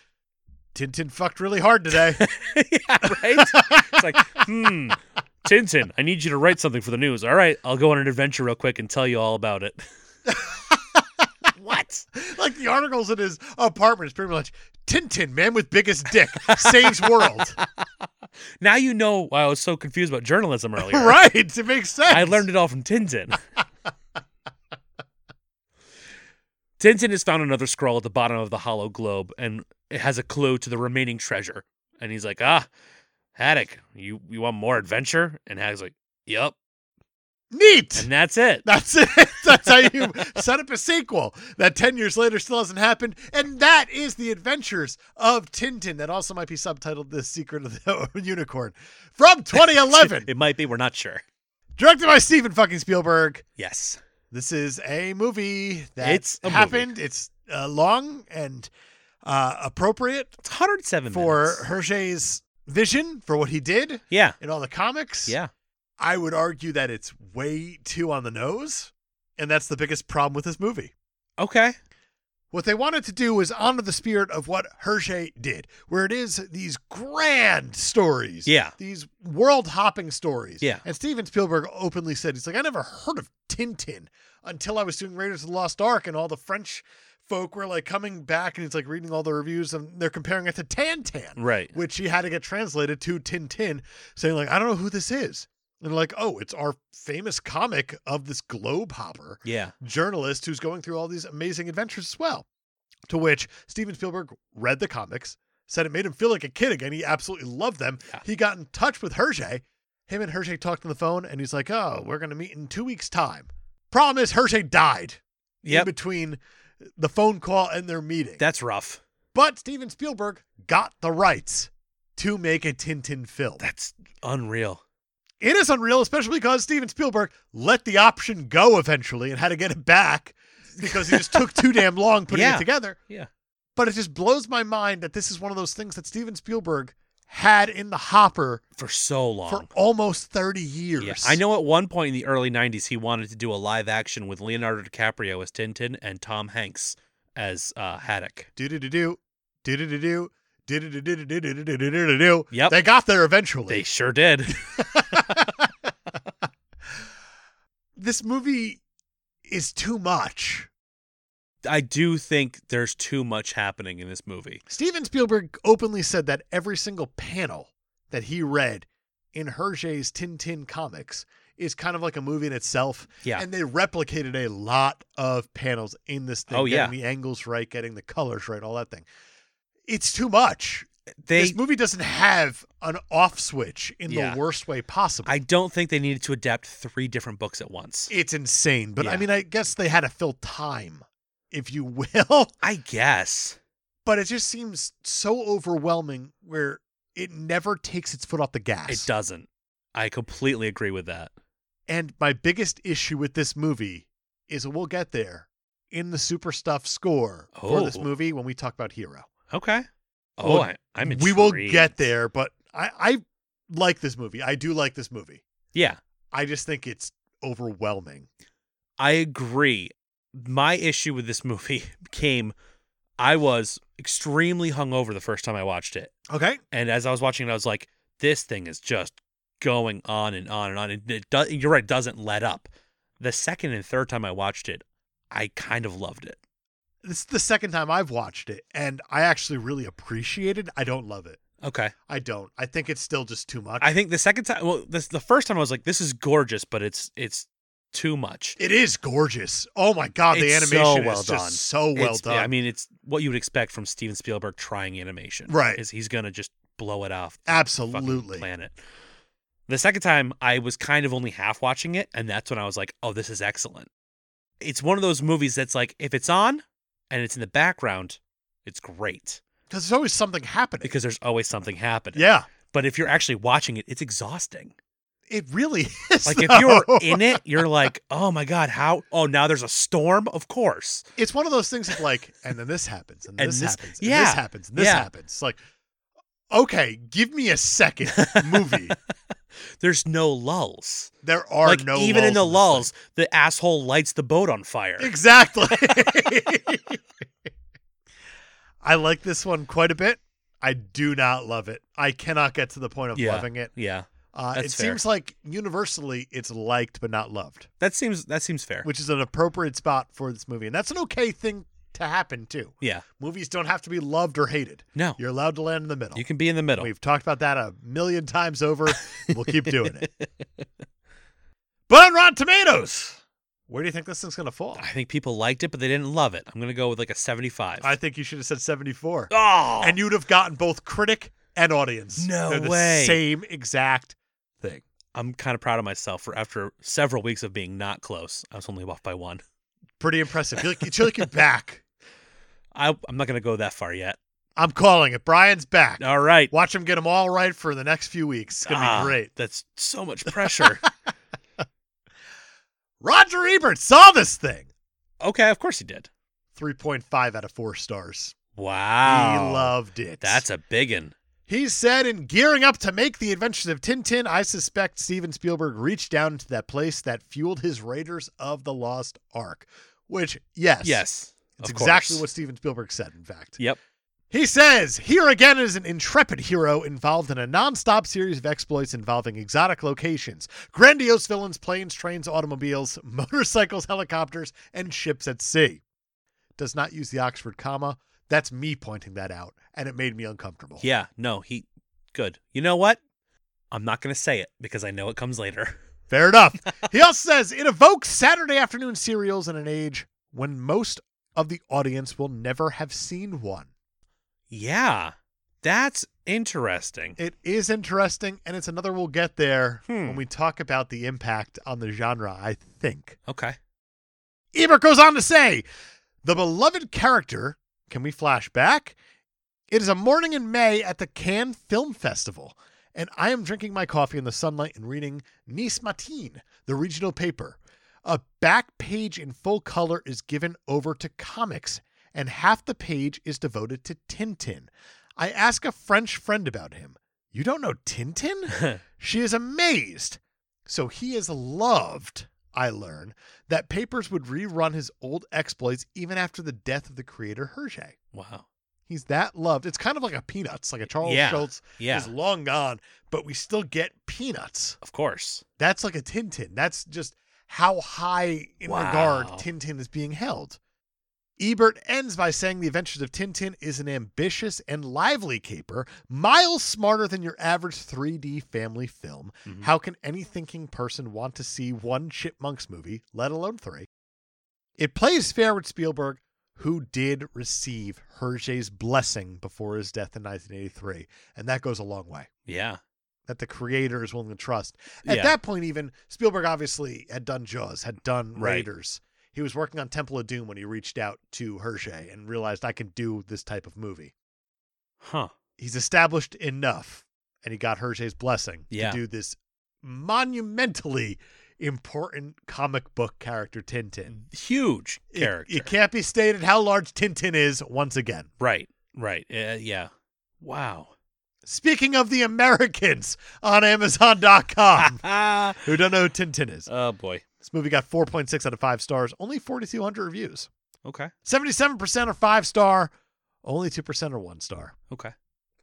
A: Tintin fucked really
B: (laughs)
A: hard today.
B: yeah, right. it's like, hmm. Tintin, I need you to write something for the news. All right, I'll go on an adventure real quick and tell you all about it. (laughs) what?
A: like the articles in his apartment is pretty much Tintin, man with biggest dick, saves
B: (laughs)
A: world.
B: Now you know why I was so confused about journalism
A: (laughs)
B: earlier.
A: right. It makes sense.
B: I learned it all from Tintin. (laughs) Tintin has found another scroll at the bottom of the hollow globe, and it has a clue to the remaining treasure. And he's like, "Ah, Haddock, you you want more adventure?" And Haddock's like, "Yup."
A: Neat.
B: And that's
A: (laughs)
B: it.
A: That's it. That's how you set up a sequel that 10 years later still hasn't happened. And that is The Adventures of Tintin. That also might be subtitled The Secret of the (laughs) Unicorn
B: (laughs)
A: from 2011.
B: It might be. We're not sure.
A: Directed by Steven fucking Spielberg.
B: Yes.
A: This is a movie that
B: It's a movie.
A: happened. It's uh, long and uh, appropriate
B: It's 107
A: for
B: minutes.
A: Hergé's vision for what he did
B: Yeah.
A: in all the comics.
B: Yeah.
A: I would argue that it's way too on the nose. And that's the biggest problem with this movie.
B: Okay.
A: What they wanted to do was honor the spirit of what Hergé did, where it is these grand stories.
B: Yeah.
A: These world hopping stories.
B: Yeah.
A: And Steven Spielberg openly said, he's like, I never heard of Tintin until I was doing Raiders of the Lost Ark and all the French folk were like coming back and he's like reading all the reviews and they're comparing it to Tantan
B: Right.
A: which he had to get translated to Tintin, saying like, "I don't know who this is," and like, "Oh, it's our famous comic of this globe hopper
B: Yeah.
A: journalist who's going through all these amazing adventures as well." To which Steven Spielberg read the comics, said it made him feel like a kid again. He absolutely loved them.
B: Yeah.
A: He got in touch with Hergé. Him and Hergé talked on the phone, and he's like, "Oh, we're gonna meet in two weeks' time." Problem is, Hergé died in
B: Yep.
A: between the phone call and their meeting.
B: That's rough.
A: But Steven Spielberg got the rights to make a Tintin film.
B: That's unreal.
A: It is unreal, especially because Steven Spielberg let the option go eventually and had to get it back because he just took too damn long putting
B: Yeah.
A: it together.
B: Yeah.
A: But it just blows my mind that this is one of those things that Steven Spielberg had in the hopper
B: For so long.
A: for almost 30 years.
B: Yeah, I know at one point in the early 90s, he wanted to do a live action with Leonardo DiCaprio as Tintin and Tom Hanks as uh, Haddock.
A: Do do do do do do do do do do do do do do do do do.
B: Yep.
A: They got there eventually.
B: They sure did. (laughs)
A: this movie is too much.
B: I do think there's too much happening in this movie.
A: Steven Spielberg openly said that every single panel that he read in Hergé's Tintin comics is kind of like a movie in itself.
B: Yeah.
A: And they replicated a lot of panels in this thing.
B: Oh,
A: getting
B: yeah.
A: the angles right, getting the colors right, all that thing. It's too much.
B: They,
A: this movie doesn't have an off switch in
B: Yeah.
A: the worst way possible.
B: I don't think they needed to adapt three different books at once.
A: it's insane. But I
B: Yeah.
A: mean, I guess they had to fill time, if you (laughs) will.
B: I guess.
A: but it just seems so overwhelming where it never takes its foot off the gas.
B: It doesn't. I completely agree with that.
A: And my biggest issue with this movie is we'll get there in the super stuff score for this
B: Oh.
A: movie when we talk about Hero.
B: Okay. Oh,
A: Well,
B: I, I'm intrigued.
A: we will get there, but I, I like this movie. I do like this movie.
B: Yeah,
A: I just think it's overwhelming.
B: I agree. My issue with this (laughs) movie came I was extremely hungover the first time I watched it.
A: Okay.
B: And as I was watching it, I was like, this thing is just going on and on and on. It, it does, you're right, it doesn't let up. The second and third time I watched it, I kind of loved it.
A: This is the second time I've watched it, and I actually really appreciate it. I don't love it.
B: Okay.
A: I don't. I think it's still just too much.
B: I think the second time, well, this, the first time I was like, this is gorgeous, but it's it's too much.
A: it is gorgeous. Oh my god, the
B: It's so
A: animation
B: well
A: is
B: done.
A: just so well
B: It's-
A: done.
B: I mean, it's what you would expect from Steven Spielberg trying animation.
A: Right.
B: Is he's gonna just blow it off the fucking
A: absolutely.
B: planet. The second time I was kind of only half watching it, and that's when I was like, oh, this is excellent. It's one of those movies that's like, if it's on and it's in the background, it's great.
A: Because there's always something happening.
B: Because there's always something happening.
A: yeah,
B: But if you're actually watching it, it's
A: (laughs)
B: exhausting.
A: it really (laughs) is.
B: Like if you're
A: though.
B: in it, you're like, oh my God, how oh now there's a storm? Of course.
A: it's one of those things of like, and then this happens, and,
B: And
A: this,
B: this-
A: happens, and
B: yeah,
A: this happens, and this
B: yeah.
A: happens. It's like, okay, give me
B: (laughs)
A: a second movie.
B: There's no lulls.
A: There are
B: like
A: no
B: even in the
A: lulls.
B: lulls, the asshole lights the boat on fire.
A: in this thing. Exactly. (laughs) I like this one quite a bit. I do not love it. I cannot get to the point of
B: Yeah.
A: loving it.
B: Yeah.
A: Uh, it
B: That's fair.
A: seems like universally it's liked but not loved,
B: That seems that seems fair.
A: which is an appropriate spot for this movie, and that's an okay thing to happen too.
B: yeah.
A: Movies don't have to be loved or hated.
B: No.
A: You're allowed to land in the middle.
B: You can be in the middle.
A: We've talked about that a million times
B: (laughs)
A: over. we'll keep doing it. But on Rotten Tomatoes, where do you think this thing's going to fall?
B: I think people liked it, but they didn't love it. I'm gonna go with like a 75.
A: I think you should have said 74.
B: oh,
A: And you'd have gotten both critic and audience.
B: No
A: They're the
B: way.
A: Same exact thing.
B: I'm kind of proud of myself for after several weeks of being not close. I was only off by one.
A: Pretty impressive. You're like, it's like you're back.
B: I, I'm not gonna go that far yet.
A: I'm calling it. Brian's back.
B: All right.
A: Watch him get them all right for the next few weeks. It's going to
B: Ah,
A: be great.
B: That's so
A: (laughs)
B: much pressure.
A: Roger Ebert saw this thing.
B: okay, of course he did.
A: 3.5 out of 4 stars.
B: Wow.
A: He loved it.
B: That's a biggin.
A: He said, in gearing up to make The Adventures of Tintin, I suspect Steven Spielberg reached down into that place that fueled his Raiders of the Lost Ark. Which, yes.
B: Yes.
A: It's
B: of
A: exactly
B: course.
A: what Steven Spielberg said, in fact.
B: Yep.
A: He says, here again is an intrepid hero involved in a nonstop series of exploits involving exotic locations, grandiose villains, planes, trains, automobiles, (laughs) motorcycles, helicopters, and ships at sea. Does not use the Oxford comma. That's me pointing that out, and it made me uncomfortable.
B: Yeah, no, he good. You know what? I'm not going to say it because I know it comes later. (laughs)
A: Fair enough. he also says it evokes Saturday afternoon serials in an age when most of the audience will never have seen one.
B: Yeah. That's interesting.
A: It is interesting, and it's another we'll get there
B: Hmm.
A: when we talk about the impact on the genre, I think.
B: Okay. (laughs)
A: Ebert goes on to say the beloved character, can we flash back? It is a morning in May at the Cannes Film Festival, and I am drinking my coffee in the sunlight and reading Nice Matin, the regional paper. A back page in full color is given over to comics, and half the page is devoted to Tintin. I ask a French friend about him. You don't know Tintin? She is amazed. So he is loved, I learn, that papers would rerun his old exploits even after the death of the creator Hergé.
B: wow.
A: He's that loved. It's kind of like a Peanuts, like a Charles
B: Yeah,
A: Schultz
B: Yeah.
A: is long gone, but we still get Peanuts.
B: Of course.
A: That's like a Tintin. That's just how high in
B: Wow.
A: regard Tintin is being held. Ebert ends by saying The Adventures of Tintin is an ambitious and lively caper, miles smarter than your average 3D family film.
B: Mhm.
A: How can any thinking person want to see one Chipmunks movie, let alone three? It plays fair with Spielberg, who did receive Hergé's blessing before his death in 1983, and that goes a long way.
B: Yeah.
A: That the creator is willing to trust. At
B: Yeah.
A: that point, even Spielberg obviously had done Jaws, had done
B: Right.
A: Raiders. He was working on Temple of Doom when he reached out to Hergé and realized I can do this type of movie.
B: Huh.
A: He's established enough, and he got Hergé's blessing
B: Yeah.
A: to do this monumentally important comic book character Tintin.
B: Huge
A: It-
B: Mm, character.
A: It, can't be stated how large Tintin is once again.
B: right. Right. Uh, yeah. Wow. (laughs)
A: Speaking of the Americans
B: (laughs)
A: on Amazon.com,
B: Ah.
A: who don't know who Tintin is,
B: oh boy.
A: this movie got 4.6 out of 5 stars, only 4,200 reviews.
B: Okay.
A: 77% are 5 star, only 2% are 1 star.
B: Okay.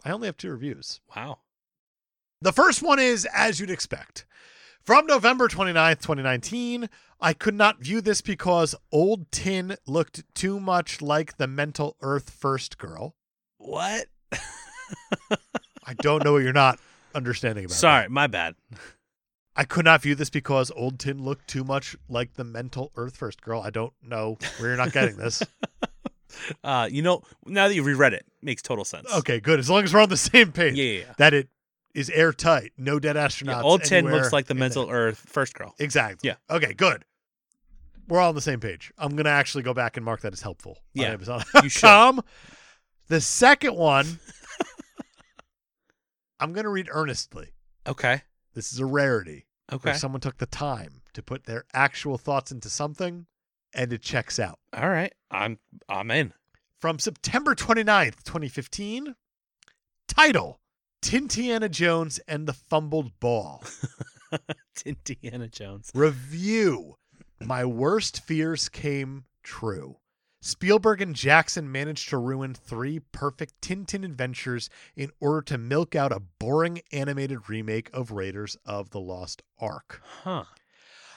A: I only have two reviews.
B: Wow.
A: The first one is, as you'd expect, from November 29th, 2019. I could not view this because Old Tin looked too much like the Mental Earth First girl.
B: What?
A: I don't know what you're not understanding about. that.
B: Sorry, my bad.
A: I could not view this because Old Tin looked too much like the Mental Earth First girl. I don't know where you're not getting this.
B: Uh, you know, now that you reread it, makes total sense.
A: okay, good. As long as we're on the same
B: Yeah,
A: page,
B: yeah, yeah.
A: that it is airtight, no dead
B: Yeah,
A: astronauts.
B: old Tin
A: anywhere
B: looks like the
A: in
B: mental
A: there.
B: Earth first
A: (laughs)
B: girl.
A: Exactly.
B: Yeah.
A: Okay, good. We're all on the same page. I'm gonna actually go back and mark that as helpful. on
B: Yeah, (laughs)
A: Amazon.
B: You should.
A: Tom, the second one, (laughs) I'm going to read earnestly.
B: Okay.
A: This is a rarity
B: Okay.
A: where someone took the time to put their actual thoughts into something and it checks out.
B: All right. I'm I'm in. (laughs)
A: From September 29th, 2015, title Tintiana Jones and the Fumbled Ball.
B: Indiana Jones.
A: Review My worst fears came true. Spielberg and Jackson managed to ruin three perfect Tintin adventures in order to milk out a boring animated remake of Raiders of the Lost Ark.
B: Huh.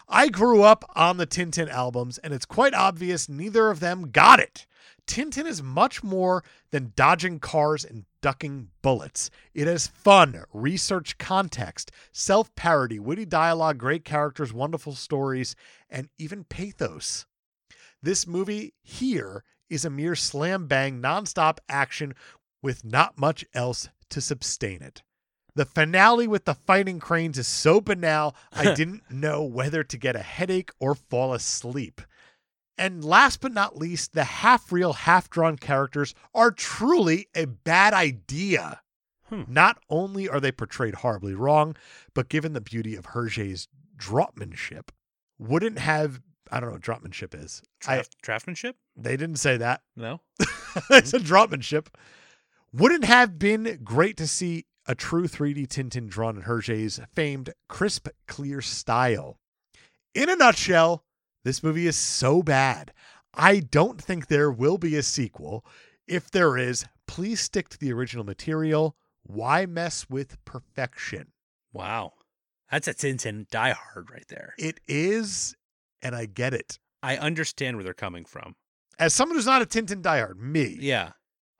A: I grew up on the Tintin albums, and it's quite obvious neither of them got it. Tintin is much more than dodging cars and ducking bullets. It has fun, research context, self parody, witty dialogue, great characters, wonderful stories, and even pathos. This movie here is a mere slam bang, nonstop action with not much else to sustain it. The finale with the fighting cranes is so banal, I didn't know whether to get a headache or fall asleep. And last but not least, the half real, half drawn characters are truly a bad idea.
B: Hmm.
A: Not only are they portrayed horribly wrong, but given the beauty of Hergé's dropmanship, wouldn't have, I don't know what dropmanship is. I,
B: Draft, draftsmanship?
A: they didn't say that.
B: No.
A: (laughs) it's a dropmanship. Wouldn't have been great to see a true 3D Tintin drawn in Hergé's famed crisp, clear style. In a nutshell, this movie is so bad. I don't think there will be a sequel. If there is, please stick to the original material. Why mess with perfection?
B: Wow. That's a Tintin diehard right there.
A: It is, and I get it.
B: I understand where they're coming from.
A: As someone who's not a Tintin diehard, me,
B: Yeah.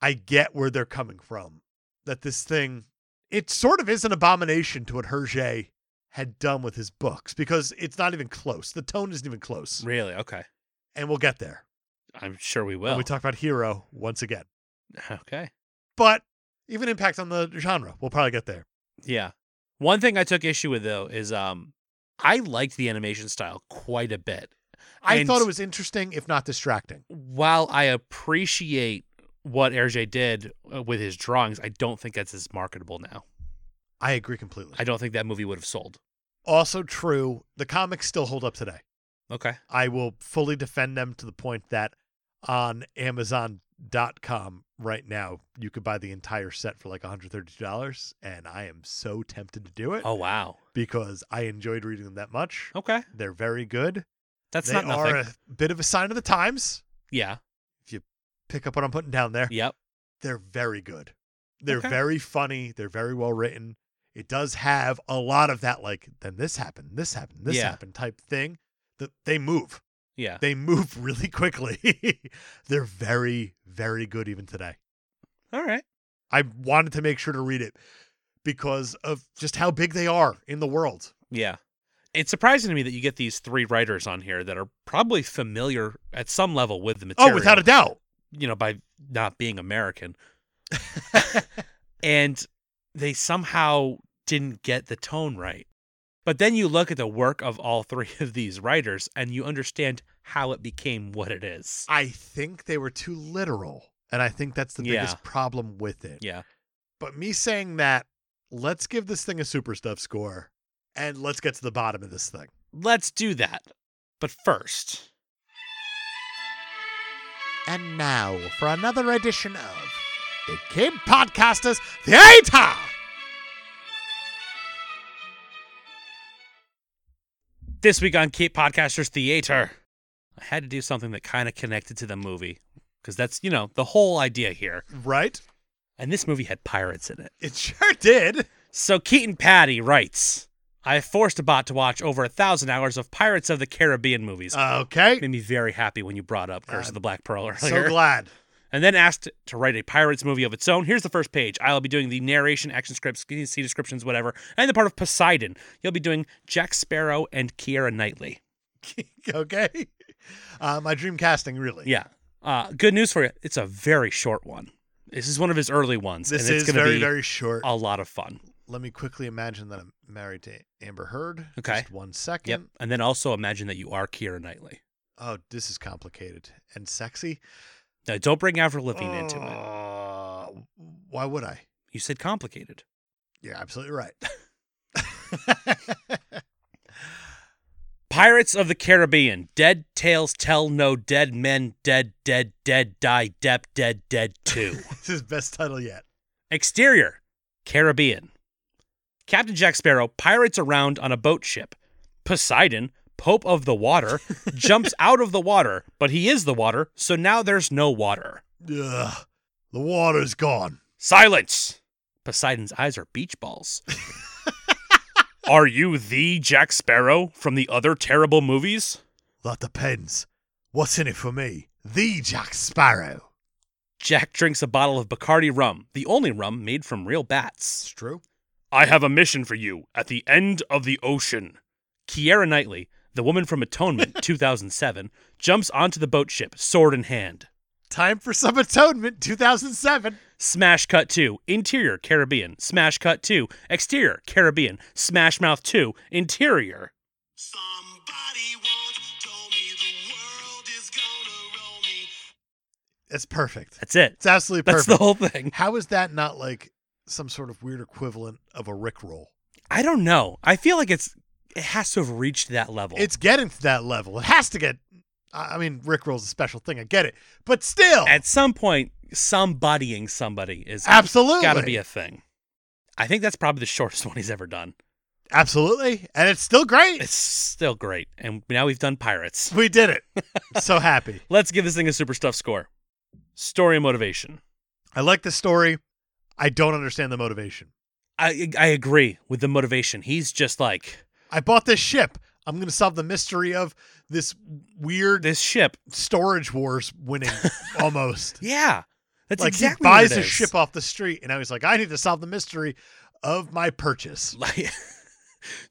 A: I get where they're coming from. That this thing, it sort of is an abomination to what Hergé had done with his books because it's not even close. The tone isn't even close.
B: Really? Okay.
A: And we'll get there
B: I'm sure we
A: when
B: will.
A: we talk about Hero once again.
B: (laughs) okay.
A: But even impact on the genre, we'll probably get there.
B: Yeah. One thing I took issue with though is um I liked the animation style quite a bit.
A: I
B: And-
A: thought it was interesting, if not distracting.
B: While I appreciate what Hergé did uh, with his drawings, I don't think that's as marketable now.
A: I agree completely.
B: I don't think that movie would have sold.
A: also true, the comics still hold up today.
B: Okay.
A: I will fully defend them to the point that on Amazon.com right now, you could buy the entire set for like $132. And I am so tempted to do it
B: Oh wow.
A: because I enjoyed reading them that much.
B: Okay.
A: They're very good.
B: That's
A: they
B: not
A: are
B: nothing.
A: a bit of a sign of the times.
B: Yeah.
A: Pick up what I'm putting down there.
B: Yep.
A: They're very good. They're
B: Okay.
A: very funny. They're very well written. It does have a lot of that, like, then this happened, this happened, this
B: Yeah.
A: happened type thing. That they move.
B: Yeah.
A: they move really quickly. (laughs) They're very, very good even today.
B: All right.
A: I wanted to make sure to read it because of just how big they are in the world.
B: Yeah. It's surprising to me that you get these three writers on here that are probably familiar at some level with the material.
A: Oh, without a doubt.
B: you know, by not being American. and they somehow didn't get the tone right. But then you look at the work of all three of these writers and you understand how it became what it is.
A: I think they were too literal. And I think that's the
B: Yeah.
A: biggest problem with it.
B: Yeah.
A: But me saying that, let's give this thing a super stuff score and let's get to the bottom of this thing.
B: Let's do that. But first,
A: And now for another edition of the Kid Podcasters Theater.
B: this week on Kate Podcasters Theater, I had to do something that kind of connected to the movie because that's, you know, the whole idea here.
A: Right?
B: And this movie had pirates in it.
A: It sure did.
B: So Keaton Patty writes, I forced a bot to watch over a thousand hours of Pirates of the Caribbean movies.
A: Okay.
B: Made me very happy when you brought up Curse
A: I'm
B: of the Black Pearl earlier.
A: So glad. (laughs)
B: and then asked to write a Pirates movie of its own. Here's the first page. I'll be doing the narration, action scripts, scene descriptions, whatever, and the part of Poseidon. You'll be doing Jack Sparrow and Kiera Knightley.
A: okay. Uh, my dream casting, really.
B: Yeah. Uh, good news for you. It's a very short one. This is one of his early ones.
A: This
B: and it's
A: is
B: gonna
A: very,
B: be
A: very short.
B: a lot of fun.
A: Let me quickly imagine that I'm married to Amber Heard.
B: Okay.
A: Just one second.
B: Yep. And then also imagine that you are Kiera Knightley.
A: Oh, this is complicated and sexy.
B: Now, don't bring Avril Lavigne into
A: Oh.
B: it.
A: it. Uh, Why would I?
B: You said complicated.
A: You're absolutely right. (laughs)
B: Pirates of the Caribbean. Dead tales tell no dead men, dead, dead, dead, die, dep, dead, dead, two.
A: this is best title yet.
B: Exterior Caribbean. Captain Jack Sparrow pirates around on a boat ship. Poseidon, Pope of the Water, jumps out of the water, but he is the water, so now there's no water.
A: Ugh. The water's gone.
B: Silence! Poseidon's eyes are beach balls. are you the Jack Sparrow from the other terrible movies?
A: That depends. What's in it for me? The Jack Sparrow.
B: Jack drinks a bottle of Bacardi rum, the only rum made from real bats.
A: true.
B: I have a mission for you at the end of the ocean. Kiera Knightley, the woman from Atonement (laughs) 2007, jumps onto the boat ship, sword in hand.
A: Time for some atonement, 2007.
B: Smash Cut 2, Interior Caribbean. Smash Cut 2, Exterior Caribbean. Smash Mouth 2, Interior.
C: Somebody once told me the world is gonna roll me.
A: It's perfect.
B: That's it.
A: It's absolutely
B: That's
A: perfect.
B: the whole thing.
A: How is that not like some sort of weird equivalent of a Rick roll?
B: I don't know. I feel like it's it has to have reached that level.
A: It's getting to that level. It has to get. I I mean, Rick roll's a special thing. I get it, but still,
B: at some point somebodying somebody is
A: absolutely
B: got to be a thing. I think that's probably the (laughs) shortest one he's ever done.
A: absolutely, and it's still great.
B: It's still great. And now we've done Pirates.
A: (laughs) we
B: (laughs)
A: did it. I'm so happy.
B: Let's give this thing a super stuff score. Story and motivation.
A: I like the story. I don't understand the motivation.
B: I I agree with the motivation. He's just like
A: I bought this ship. I'm going to solve the mystery of this weird
B: this ship.
A: storage wars winning
B: (laughs)
A: almost.
B: Yeah. That's
A: like
B: exactly
A: he
B: what
A: buys
B: it
A: a
B: is. (laughs)
A: ship off the street, and I was like, I need to solve the mystery of my purchase.
B: Like,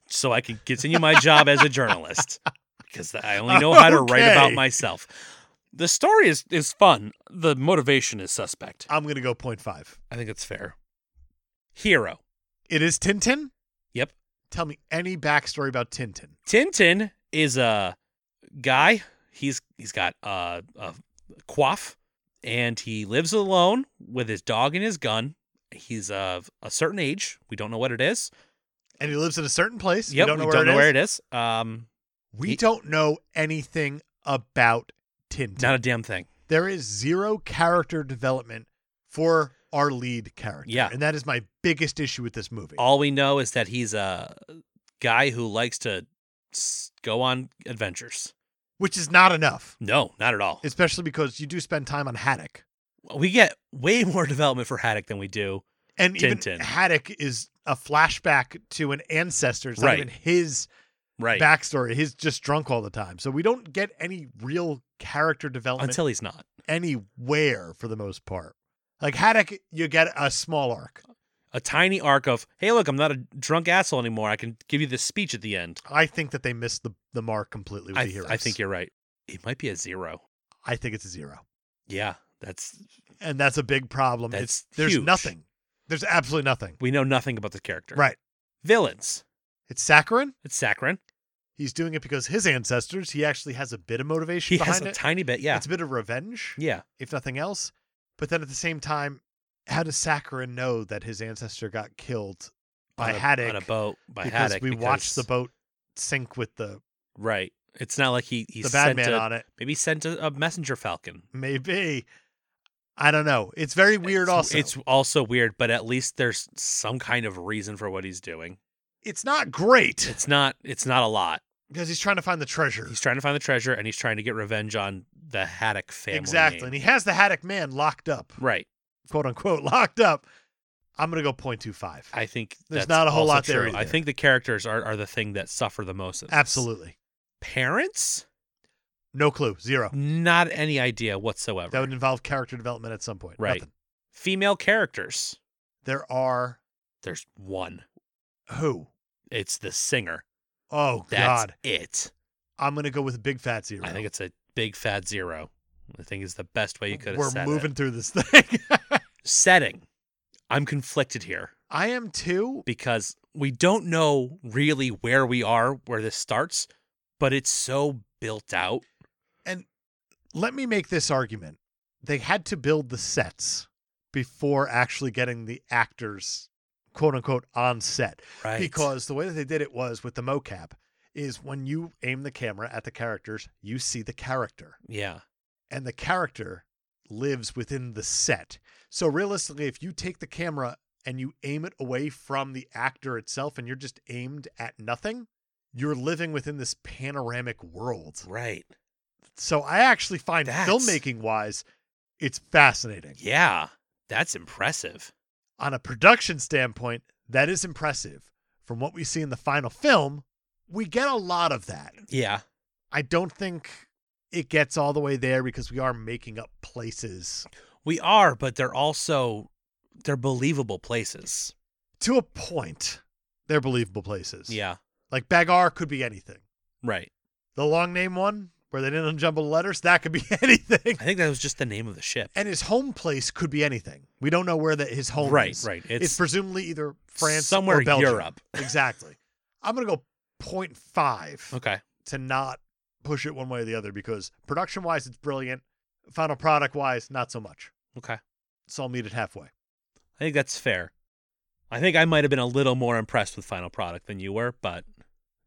B: so I can continue my job as a journalist
A: (laughs)
B: because I only know how to write about
A: Okay.
B: myself. The story is is fun. The motivation is suspect.
A: I'm going to go 0.5.
B: I think it's fair. Hero.
A: It is Tintin.
B: Yep.
A: Tell me any backstory about Tintin.
B: Tintin is a guy. He's he's got uh, a quaff, and he lives alone with his dog and his gun. He's of a certain age. We don't know what it is.
A: And he lives in a certain place.
B: Yep,
A: we don't know,
B: we
A: where,
B: don't know
A: it is.
B: where it is. Um,
A: We
B: He-
A: don't know anything about Tintin.
B: not a damn thing.
A: there is zero character development for our lead character.
B: Yeah.
A: And that is my biggest issue with this movie.
B: All we know is that he's a guy who likes to s- go on adventures.
A: which is not enough,
B: No, not at all.
A: especially because you do spend time on Haddock.
B: We get way more (laughs) development for Haddock than we do.
A: And even
B: Tintin.
A: Haddock is a flashback to an ancestor. It's
B: Right.
A: not even his
B: Right.
A: backstory. He's just drunk all the time. So we don't get any real character development
B: until he's not.
A: anywhere for the most part. Like Haddock, you get a small arc.
B: a tiny arc of, hey, look, I'm not a drunk asshole anymore. I can give you this speech at the end.
A: I think that they missed the, the mark completely with
B: I,
A: the
B: th-
A: heroes.
B: I think you're right. It might be a zero.
A: I think it's a zero.
B: Yeah, that's
A: and that's a big problem.
B: That's
A: it's there's
B: huge.
A: nothing. There's absolutely nothing.
B: we know nothing about the character.
A: Right.
B: Villains.
A: It's Saccharin.
B: It's Saccharin.
A: He's doing it because his ancestors. He actually has a bit of motivation
B: He
A: behind
B: has a
A: it.
B: tiny bit. Yeah.
A: It's a bit of revenge,
B: yeah.
A: if nothing else. But then at the same time, how does Saccharin know that his ancestor got killed by
B: on a,
A: Haddock?
B: on a boat by
A: because
B: Haddock.
A: we watched the
B: because-
A: boat sink with the
B: Right. It's not like he he
A: the bad
B: sent
A: man
B: a,
A: on it.
B: maybe sent a, a messenger falcon.
A: Maybe. I don't know. It's very weird.
B: It's-
A: also,
B: It's also weird, but at least there's some kind of reason for what he's doing.
A: it's not great
B: It's not it's not a lot.
A: because he's trying to find the treasure.
B: He's trying to find the treasure and he's trying to get revenge on the Haddock family.
A: exactly,
B: name.
A: and he has the Haddock man (laughs) locked up.
B: Right.
A: quote unquote locked up. I'm gonna go 0.25.
B: I think
A: There's
B: that's
A: not a whole
B: also
A: lot there
B: true. I
A: either.
B: think the characters are, are the thing that suffer the most. in this.
A: Absolutely,
B: Parents?
A: no clue, zero.
B: Not any idea whatsoever.
A: That would involve character development at some point.
B: Right.
A: Nothing.
B: Female characters.
A: There are
B: There's one.
A: who?
B: It's the singer.
A: Oh
B: That's
A: God,
B: it.
A: I'm gonna go with a big fat zero.
B: I think it's a big fat zero. I think is the best way you could have
A: We're
B: said
A: moving
B: it.
A: through this (laughs) thing.
B: Setting. I'm conflicted here
A: I am too.
B: because we don't know really where we are, where this starts, but it's so built out.
A: Let me make this argument. They had to build the sets before actually getting the actors, quote unquote, on set.
B: Right.
A: because the way that they did it was with the mocap is when you aim the camera at the characters you see the character
B: Yeah.
A: and the character lives within the set so realistically if you take the camera and you aim it away from the actor itself and you're just aimed at nothing you're living within this panoramic world
B: Right.
A: so i actually find
B: That's-
A: filmmaking wise it's fascinating
B: Yeah. That's impressive.
A: on a production standpoint that is impressive from what we see in the final film we get a lot of that
B: Yeah.
A: I don't think it gets all the way there because we are making up places
B: We are, but they're also they're believable places.
A: to a point. They're believable places.
B: Yeah.
A: Like Bagar could be anything.
B: Right.
A: The long name one where they didn't unjumble the letters, that could be (laughs) anything.
B: I think that was just the name of the ship.
A: And his home place could be anything. We don't know where that his home
B: right.
A: is.
B: Right.
A: It's,
B: It's,
A: presumably either France
B: somewhere
A: or Belgium.
B: Europe. (laughs)
A: exactly. I'm going to go 0.5
B: Okay.
A: to not push it one way or the other because production wise, it's brilliant. Final product wise, not so much.
B: Okay.
A: So I'll meet it halfway.
B: I think that's fair. I think I might have been a little more impressed with final product than you were, but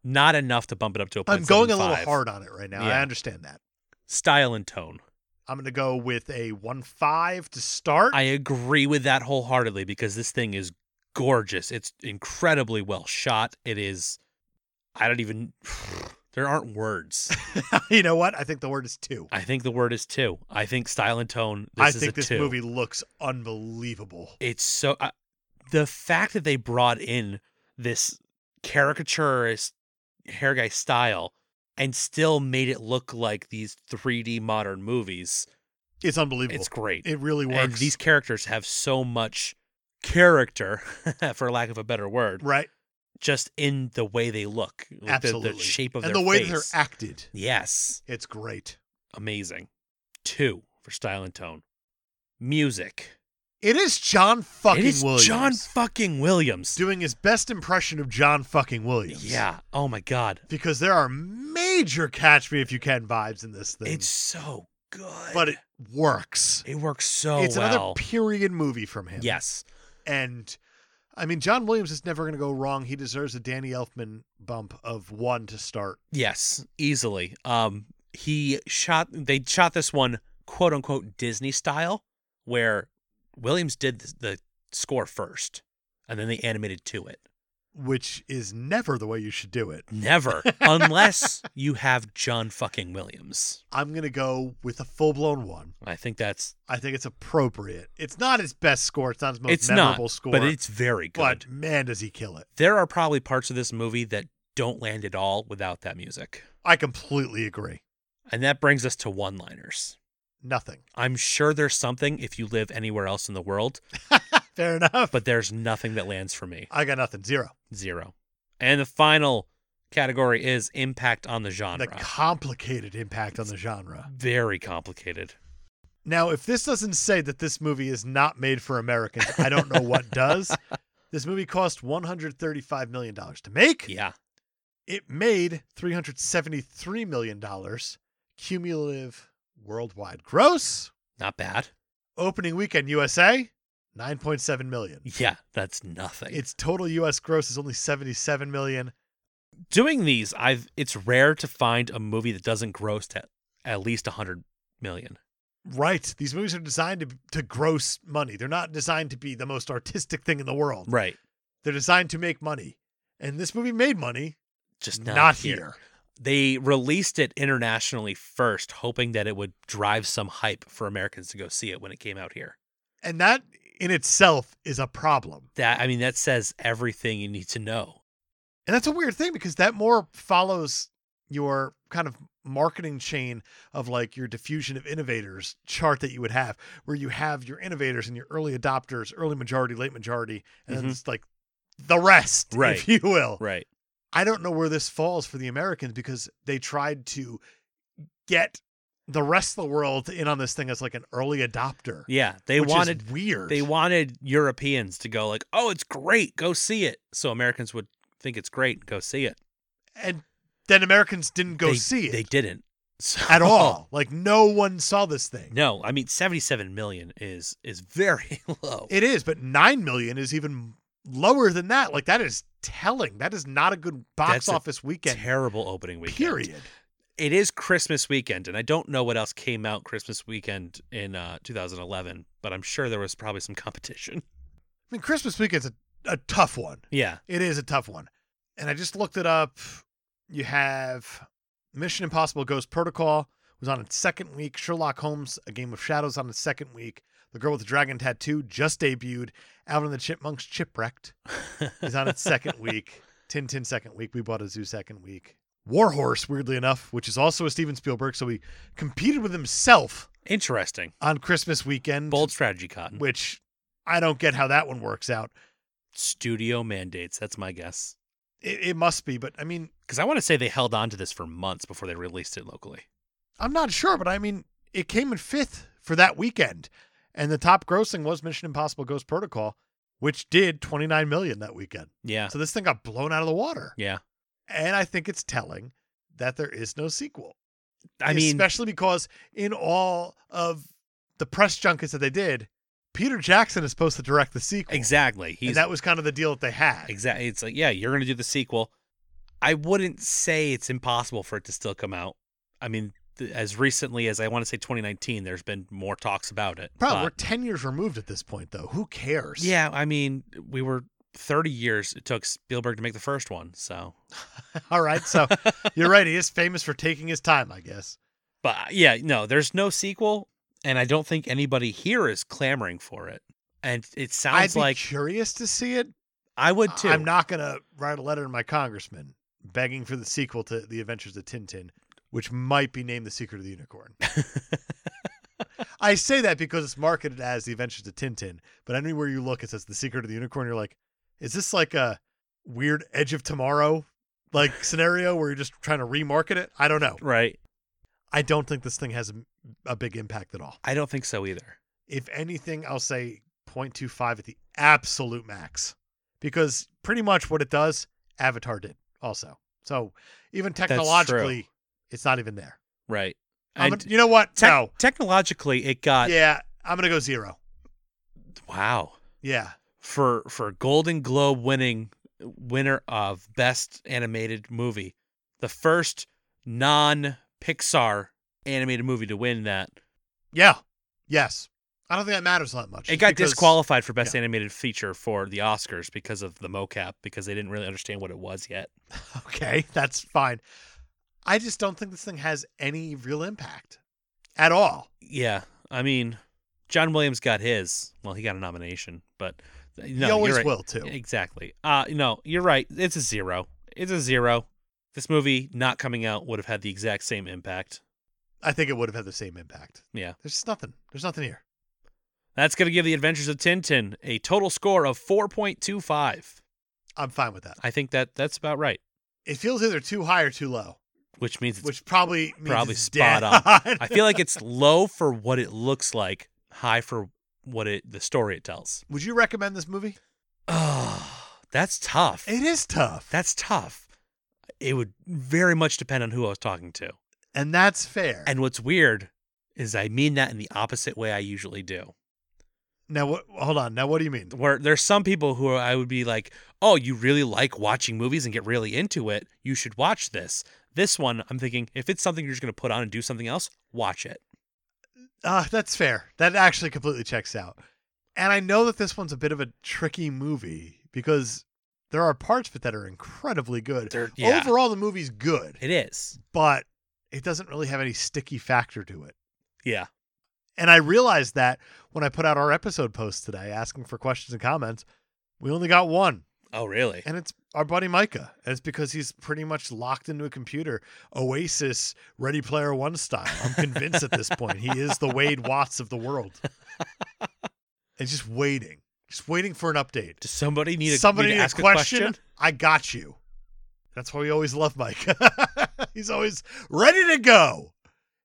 B: not enough to bump it up to a
A: I'm going a little
B: 0.75.
A: hard on it right now. I
B: Yeah.
A: understand that.
B: Style and tone.
A: I'm going to go with a one five to (laughs) start.
B: I agree with that wholeheartedly because this thing is gorgeous. It's incredibly well shot. It is I don't even (sighs) there aren't
A: (laughs)
B: words.
A: you know what? I think the word is two.
B: I think the word is two. I think style and tone this
A: I
B: is a
A: think this
B: two.
A: movie looks unbelievable.
B: it's so I the fact that they brought in this caricaturist hair guy style and still made it look like these 3D modern movies.
A: It's unbelievable.
B: It's great.
A: it really works.
B: and these characters have so much character, (laughs) for lack of a better word,
A: right?
B: just in the way they look, like the-
A: Absolutely.
B: the, shape of
A: and
B: their
A: the way
B: face.
A: that they're acted.
B: yes,
A: It's great.
B: amazing. Two for style and tone. Music.
A: It is John fucking
B: it is
A: Williams.
B: John fucking Williams.
A: doing his best impression of John fucking Williams.
B: Yeah. Oh my god.
A: Because there are major catch me if you can vibes in this thing.
B: It's so good.
A: but it works.
B: it works so
A: it's another
B: well.
A: period movie from him.
B: yes.
A: And I mean, John Williams is never going to go wrong. He deserves a Danny Elfman bump of one to start.
B: Yes. Easily. Um. He shot. They shot this one quote unquote Disney style, where Williams did the, the score first, and then they animated to it.
A: Which is never the way you should do it.
B: Never,
A: (laughs)
B: unless you have John fucking Williams.
A: I'm going to go with a full blown one.
B: I think that's
A: I think it's appropriate. It's not his best score. It's not his most
B: it's
A: memorable
B: not,
A: score.
B: but it's very good.
A: but man, does he kill it.
B: there are probably parts of this movie that don't land at all without that music,
A: I completely agree.
B: and that brings us to one-liners.
A: Nothing.
B: I'm sure there's something if you live anywhere else in the world,
A: Fair enough.
B: but there's nothing that lands for me.
A: I got nothing. Zero.
B: Zero. And the final category is impact on the
A: The
B: genre.
A: complicated impact on the genre.
B: very complicated.
A: Now, if this doesn't say that this movie is not made for Americans, I don't
B: (laughs)
A: know what does. This movie cost $135 million to make.
B: Yeah.
A: It made $373 million cumulative worldwide gross.
B: Not bad.
A: Opening weekend USA, 9.7 million.
B: Yeah, that's nothing.
A: Its total US gross is only 77 million.
B: doing these i've it's rare to find a movie that doesn't gross to at least 100 million
A: Right. These movies are designed to, to gross money. They're not designed to be the most artistic thing in the world.
B: right
A: They're designed to make money. And this movie made money,
B: just
A: not,
B: not,
A: here.
B: they released it internationally first hoping that it would drive some hype for americans to go see it when it came out here
A: And that in itself is a problem.
B: That I mean, that says everything you need to know.
A: And that's a weird thing because that more follows your kind of marketing chain of like your diffusion of innovators chart that you would have, where you have your innovators and your early adopters, early majority, late majority, and then
B: Mhm.
A: it's like the rest, (laughs)
B: Right.
A: if you will.
B: Right.
A: I don't know where this falls for the Americans because they tried to get the rest of the world in on this thing as like an early adopter.
B: Yeah. They
A: which is
B: wanted
A: weird.
B: they wanted Europeans to go like, oh, it's great, go see it. So Americans would think it's great, go see it.
A: and then Americans didn't go
B: They-
A: see it
B: They didn't (laughs) so,
A: at all. Like no one saw this thing.
B: Oh. No, I mean seventy-seven million is is very (laughs) low.
A: It is, but nine million is even lower than that. Like that is telling. That is not a good box
B: That's a
A: office weekend.
B: Terrible opening weekend.
A: Period.
B: It is Christmas weekend, and I don't know what else came out Christmas weekend in uh, 2011, but I'm sure there was probably some competition. (laughs)
A: I mean, Christmas weekend's a, a tough one.
B: Yeah.
A: It is a tough one. And I just looked it up. You have Mission Impossible Ghost Protocol was on its second week. Sherlock Holmes, A Game of Shadows on its second week. The Girl with the Dragon Tattoo just debuted. Alvin and the Chipmunks Chipwrecked is on its second week. Tintin second week. We bought a zoo second week. Warhorse, weirdly enough, which is also a Steven Spielberg, so he competed with himself
B: Interesting.
A: on Christmas weekend,
B: Bold strategy, Cotton.
A: which I don't get how that one works out.
B: Studio mandates. That's my guess.
A: It, it must be, but I mean,
B: Because I want to say they held on to this for months before they released it locally.
A: I'm not sure, but I mean, it came in fifth for that weekend, and the top grossing was Mission Impossible: Ghost Protocol, which did 29 million that weekend.
B: Yeah.
A: So this thing got blown out of the water,
B: Yeah.
A: and I think it's telling that there is no sequel.
B: I mean,
A: especially because in all of the press junkets that they did, Peter Jackson is supposed to direct the sequel.
B: exactly.
A: And
B: He's
A: that was kind of the deal that they had.
B: exactly. It's like, yeah, you're going to do the sequel. I wouldn't say it's impossible for it to still come out. I mean, th- as recently as I want to say 2019, there's been more talks about it.
A: Probably
B: but-
A: we're 10 years removed at this point, though. Who cares?
B: Yeah, I mean, we were 30 years it took Spielberg to make the first one, so.
A: (laughs) all
B: (laughs)
A: right. So you're right. He is famous for taking his time, I guess.
B: But uh, yeah, no, there's no sequel, and I don't think anybody here is clamoring for it. And it sounds
A: I'd be
B: like
A: curious to see it.
B: I would too.
A: I'm not going to write a letter to my congressman begging for the sequel to The Adventures of Tintin, which might be named The Secret of
B: (laughs)
A: the Unicorn. I say that because it's marketed as The Adventures of Tintin, but anywhere you look, it says The Secret of the Unicorn. You're like, is this like a weird Edge of Tomorrow like scenario where you're just trying to remarket it? I don't know.
B: right.
A: I don't think this thing has a, a big impact at all.
B: I don't think so either.
A: If anything, I'll say 0.25 at the absolute max because pretty much what it does, Avatar did also. So even
B: true.
A: technologically, it's not even there.
B: Right.
A: I'm
B: And
A: gonna- you know what?
B: tec-
A: no.
B: technologically it got
A: yeah, I'm going to go zero.
B: wow.
A: Yeah.
B: For for Golden Globe winning winner of best animated movie, the first non Pixar animated movie to win that
A: Yeah. Yes. I don't think that matters that much.
B: It
A: It's
B: got
A: because-
B: disqualified for best animated feature for the Oscars because of the mocap because they didn't really understand what it was yet.
A: (laughs) Okay, that's fine. I just don't think this thing has any real impact at all.
B: Yeah, I mean, John Williams got his. Well, he got a nomination, but no,
A: you
B: you're
A: always
B: right.
A: will too.
B: Exactly. Uh no, you're right. It's a zero. It's a zero. This movie not coming out would have had the exact same impact.
A: I think it would have had the same impact.
B: Yeah.
A: There's just nothing. There's nothing here.
B: That's going to give The Adventures of Tintin a total score of 4.25.
A: I'm fine with that.
B: I think that that's about right,
A: It feels either too high or too low,
B: which means it's
A: which probably means
B: Probably
A: it's
B: spot
A: dead. (laughs)
B: on. I feel like it's low for what it looks like, high for what it the story it tells.
A: Would you recommend this movie?
B: Oh, (sighs) that's tough.
A: It is tough,
B: That's tough. It would very much depend on who I was talking to.
A: and that's fair.
B: And what's weird is I mean that in the opposite way I usually do.
A: now, what? Hold on. Now, what do you mean?
B: Where there's some people who I would be like, "Oh, you really like watching movies and get really into it. You should watch this." This one, I'm thinking, if it's something you're just going to put on and do something else, watch it.
A: Uh, that's fair. That actually completely checks out. And I know that this one's a bit of a tricky movie because there are parts of it that are incredibly good.
B: They're- (laughs) yeah.
A: Overall, the movie's good,
B: It is.
A: but it doesn't really have any sticky factor to it.
B: Yeah.
A: And I realized that when I put out our episode post today asking for questions and comments, we only got one.
B: Oh, really?
A: And it's our buddy Micah. And it's because he's pretty much locked into a computer, Oasis Ready Player One style. I'm convinced at this point he is the Wade Watts of
B: (laughs)
A: the world. and just waiting, just waiting for an update.
B: Does somebody need a,
A: Somebody
B: need to
A: need
B: ask
A: a question? I got you. That's why we always love Micah. (laughs) He's always ready to go.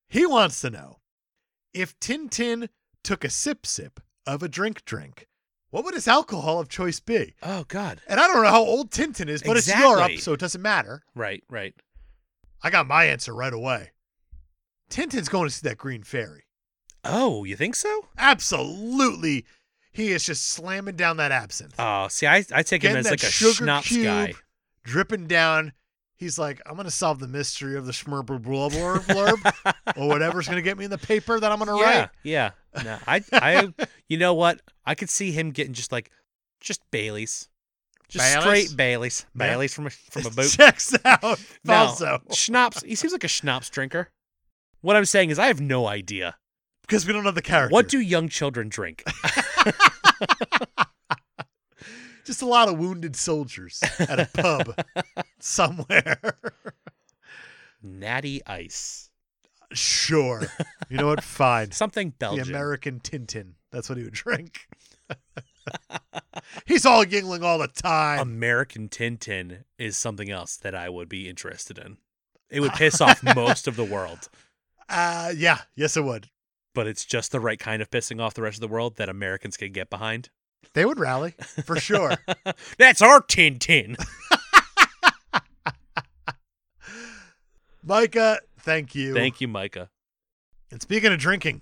A: He wants to know if Tintin took a sip sip of a drink drink, what would his alcohol of choice be?
B: Oh, God.
A: And I don't know how old Tintin is, but it's Europe,
B: Exactly.
A: so it doesn't matter.
B: Right, right.
A: I got my answer right away. Tintin's going to see that green fairy.
B: Oh, you think so?
A: Absolutely. He is just slamming down that absinthe,
B: Oh, see, I, I take him
A: Getting
B: as
A: that
B: like a
A: sugar
B: schnapps
A: cube.
B: guy.
A: dripping down. He's like, I'm going to solve the mystery of the schmurber blub blurb blurb or whatever's going to get me in the paper that I'm going to
B: yeah,
A: write.
B: yeah. No, I,
A: (laughs)
B: I, you know what? I could see him getting just like, just Bailey's, just
A: Baileys?
B: straight Bailey's,
A: Yeah.
B: Bailey's from a, from
A: (laughs)
B: a boot.
A: Checks
B: (laughs)
A: out.
B: No,
A: Also,
B: schnapps. He seems like a schnapps drinker. What I'm saying is, I have no idea.
A: because we don't know the character.
B: What do young children drink?
A: just a lot of wounded soldiers at a
B: (laughs)
A: pub somewhere. (laughs)
B: Natty Ice,
A: sure. You know what? Fine.
B: something Belgian.
A: The American Tintin. That's what he would drink. (laughs) He's all yingling all the
B: Um,
A: time.
B: American Tintin is something else that I would be interested in. It would piss
A: (laughs)
B: off most of the world,
A: uh, yeah, yes, it would.
B: but it's just the right kind of pissing off the rest of the world that Americans can get behind. (laughs)
A: They would rally for sure.
B: That's our Tintin.
A: Micah, thank you.
B: Thank you, Micah.
A: And speaking of drinking,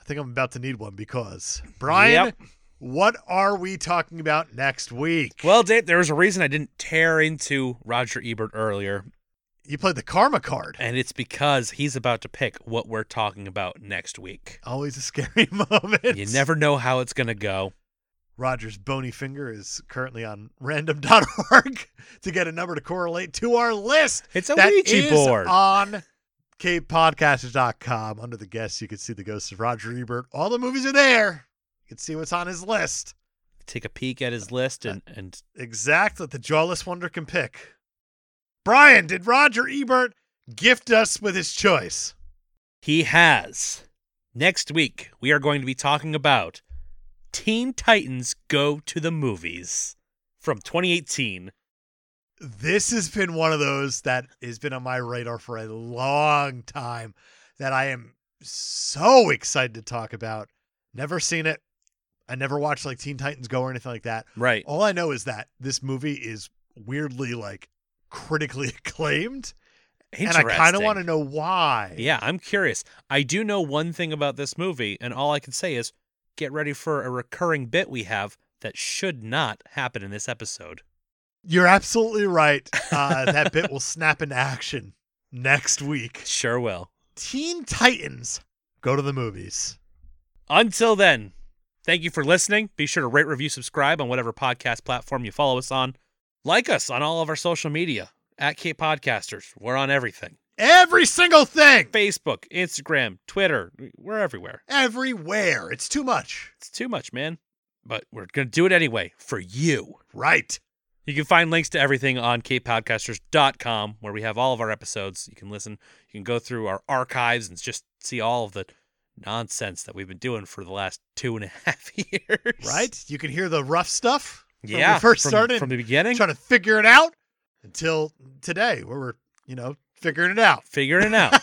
A: I think I'm about to need one because Brian,
B: Yep.
A: what are we talking about next week?
B: Well, Dave, there was a reason I didn't tear into Roger Ebert earlier,
A: You played the karma card.
B: and it's because he's about to pick what we're talking about next week.
A: Always a scary (laughs) moment.
B: You never know how it's going to go.
A: Roger's bony finger is currently on (laughs) random.org to get a number to correlate to our list.
B: It's a
A: that
B: Ouija
A: is
B: board.
A: on capepodcasters.com. Under the guests, you can see the ghosts of Roger Ebert. All the movies are there. You can see what's on his list.
B: Take a peek at his list and, and
A: Exactly. The jawless wonder can pick. Brian, did Roger Ebert gift us with his choice?
B: He has. Next week, we are going to be talking about Teen Titans Go to the Movies from 2018.
A: This has been one of those that has been on my radar for a long time that I am so excited to talk about. Never seen it. I never watched like Teen Titans Go or anything like that.
B: Right.
A: All I know is that this movie is weirdly like critically (laughs) acclaimed, and I kind of want to know why.
B: Yeah, I'm curious. I do know one thing about this movie, and all I can say is get ready for a recurring bit we have that should not happen in this episode.
A: You're absolutely right. Uh,
B: (laughs)
A: that bit will snap into action next week.
B: Sure will.
A: Teen Titans go to the movies.
B: Until then, thank you for listening. Be sure to rate, review, subscribe on whatever podcast platform you follow us on. Like us on all of our social media at Kate Podcasters. We're on everything
A: Every single thing,
B: Facebook, Instagram, Twitter. We're everywhere.
A: everywhere. It's too much.
B: It's too much, man. But we're going to do it anyway for you.
A: Right.
B: You can find links to everything on capepodcasters.com where we have all of our episodes. You can listen, you can go through our archives and just see all of the nonsense that we've been doing for the last two and a (laughs) half years.
A: Right. You can hear the rough stuff. when we
B: Yeah.
A: first
B: from,
A: started
B: From the beginning.
A: trying to figure it out until today, where we're, you know, figuring it out.
B: figuring it
A: (laughs)
B: out.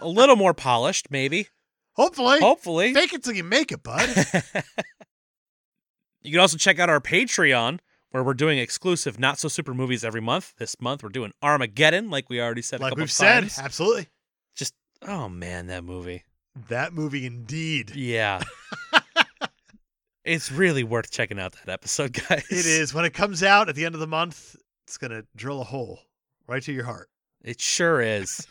B: a little more polished, maybe.
A: Hopefully.
B: Hopefully.
A: Fake it till you make
B: (laughs)
A: it, bud.
B: You can also check out our Patreon where we're doing exclusive not so super movies every month. This month we're doing Armageddon, like we already said a
A: like
B: couple
A: we've said,
B: times.
A: absolutely.
B: Just oh man, that movie.
A: That movie (laughs) indeed.
B: Yeah. it's really worth checking out that episode, (laughs) guys.
A: It is. When it comes out at the end of the month, it's going to drill a hole right to your heart.
B: It sure
A: (laughs)
B: is.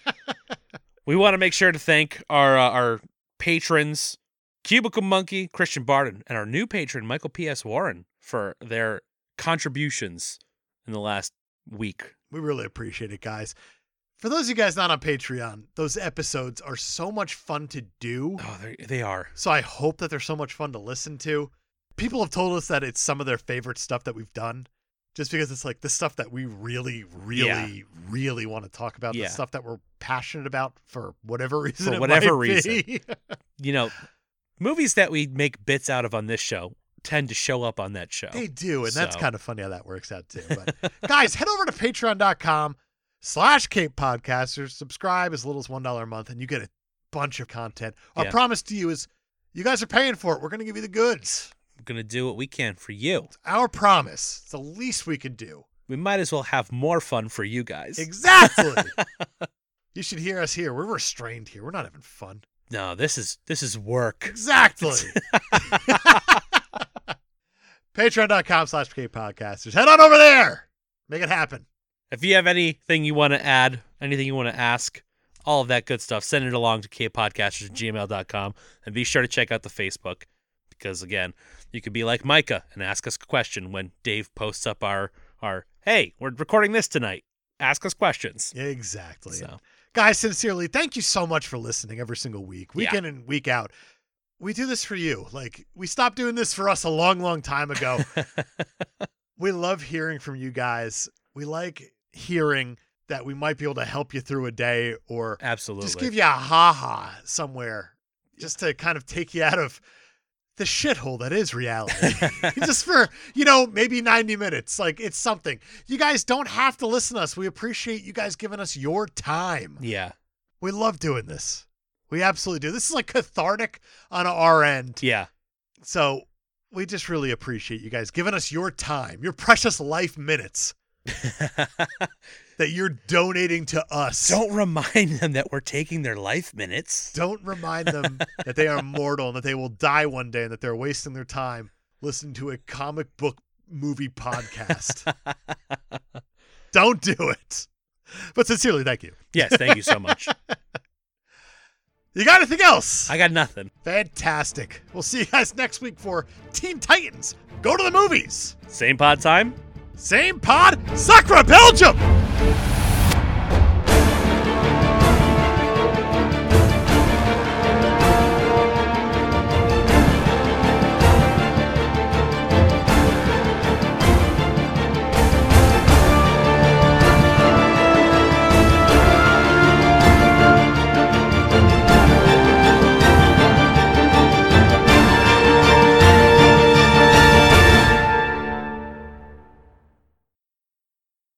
B: we want to make sure to thank our uh, our patrons, Cubicle Monkey, Christian Barden, and our new patron Michael P.S. Warren for their contributions in the last week.
A: We really appreciate it, guys. For those of you guys not on Patreon, those episodes are so much fun to do.
B: Oh, they they are.
A: So I hope that they're so much fun to listen to. People have told us that it's some of their favorite stuff that we've done just because it's like the stuff that we really, really, really want to talk about,
B: Yeah.
A: the stuff that we're passionate about for whatever reason. it
B: whatever
A: might
B: reason.
A: be.
B: You know, movies that we make bits out of on this show tend to show up on that show.
A: (laughs) They do, and that's
B: So-
A: kind of funny how that works out too. But guys, head over to patreon.com slash Cape Podcasters, subscribe as little as one dollar a month, and you get a bunch of content. Our
B: Yeah.
A: promise to you is you guys are paying for it. We're gonna give you the goods.
B: We're gonna do what we can for you.
A: Our promise. It's the least we can do.
B: We might as well have more fun for you guys. (laughs)
A: Exactly. you should hear us here. We're restrained here. We're not having fun.
B: no, this is this is work.
A: Exactly. (laughs) Patreon.com slash Cape Podcasters. Head on over there. Make it happen.
B: If you have anything you want to add, anything you want to ask, all of that good stuff, send it along to kpodcasters at gmail.com and be sure to check out the Facebook because, again, you could be like Micah and ask us a question when Dave posts up our, our hey, we're recording this tonight. Ask us questions.
A: Exactly.
B: So,
A: Guys, sincerely, thank you so much for listening every single week, week
B: Yeah.
A: in and week out. We do this for you. Like, we stopped doing this for us a long, long
B: (laughs)
A: time ago. we love hearing from you guys. We like hearing that we might be able to help you through a day or
B: absolutely.
A: just give you a ha ha somewhere just to kind of take you out of the shithole that
B: (laughs)
A: is reality. just for, you know, maybe 90 minutes. Like, it's something. You guys don't have to listen to us. We appreciate you guys giving us your time.
B: yeah.
A: We love doing this. We absolutely do. This is like cathartic on our end.
B: Yeah.
A: So we just really appreciate you guys giving us your time, your precious
B: (laughs)
A: life minutes that you're donating to us.
B: Don't remind them that we're taking their life minutes.
A: Don't remind them that they are mortal and that they will die one day and that they're wasting their time listening to a comic book movie podcast. Don't do it. But sincerely, thank you.
B: Yes, thank you so much.
A: You got anything else?
B: I got nothing.
A: Fantastic. We'll see you guys next week for Teen Titans. Go to the movies.
B: Same pod time?
A: Same pod, Sakura, Belgium.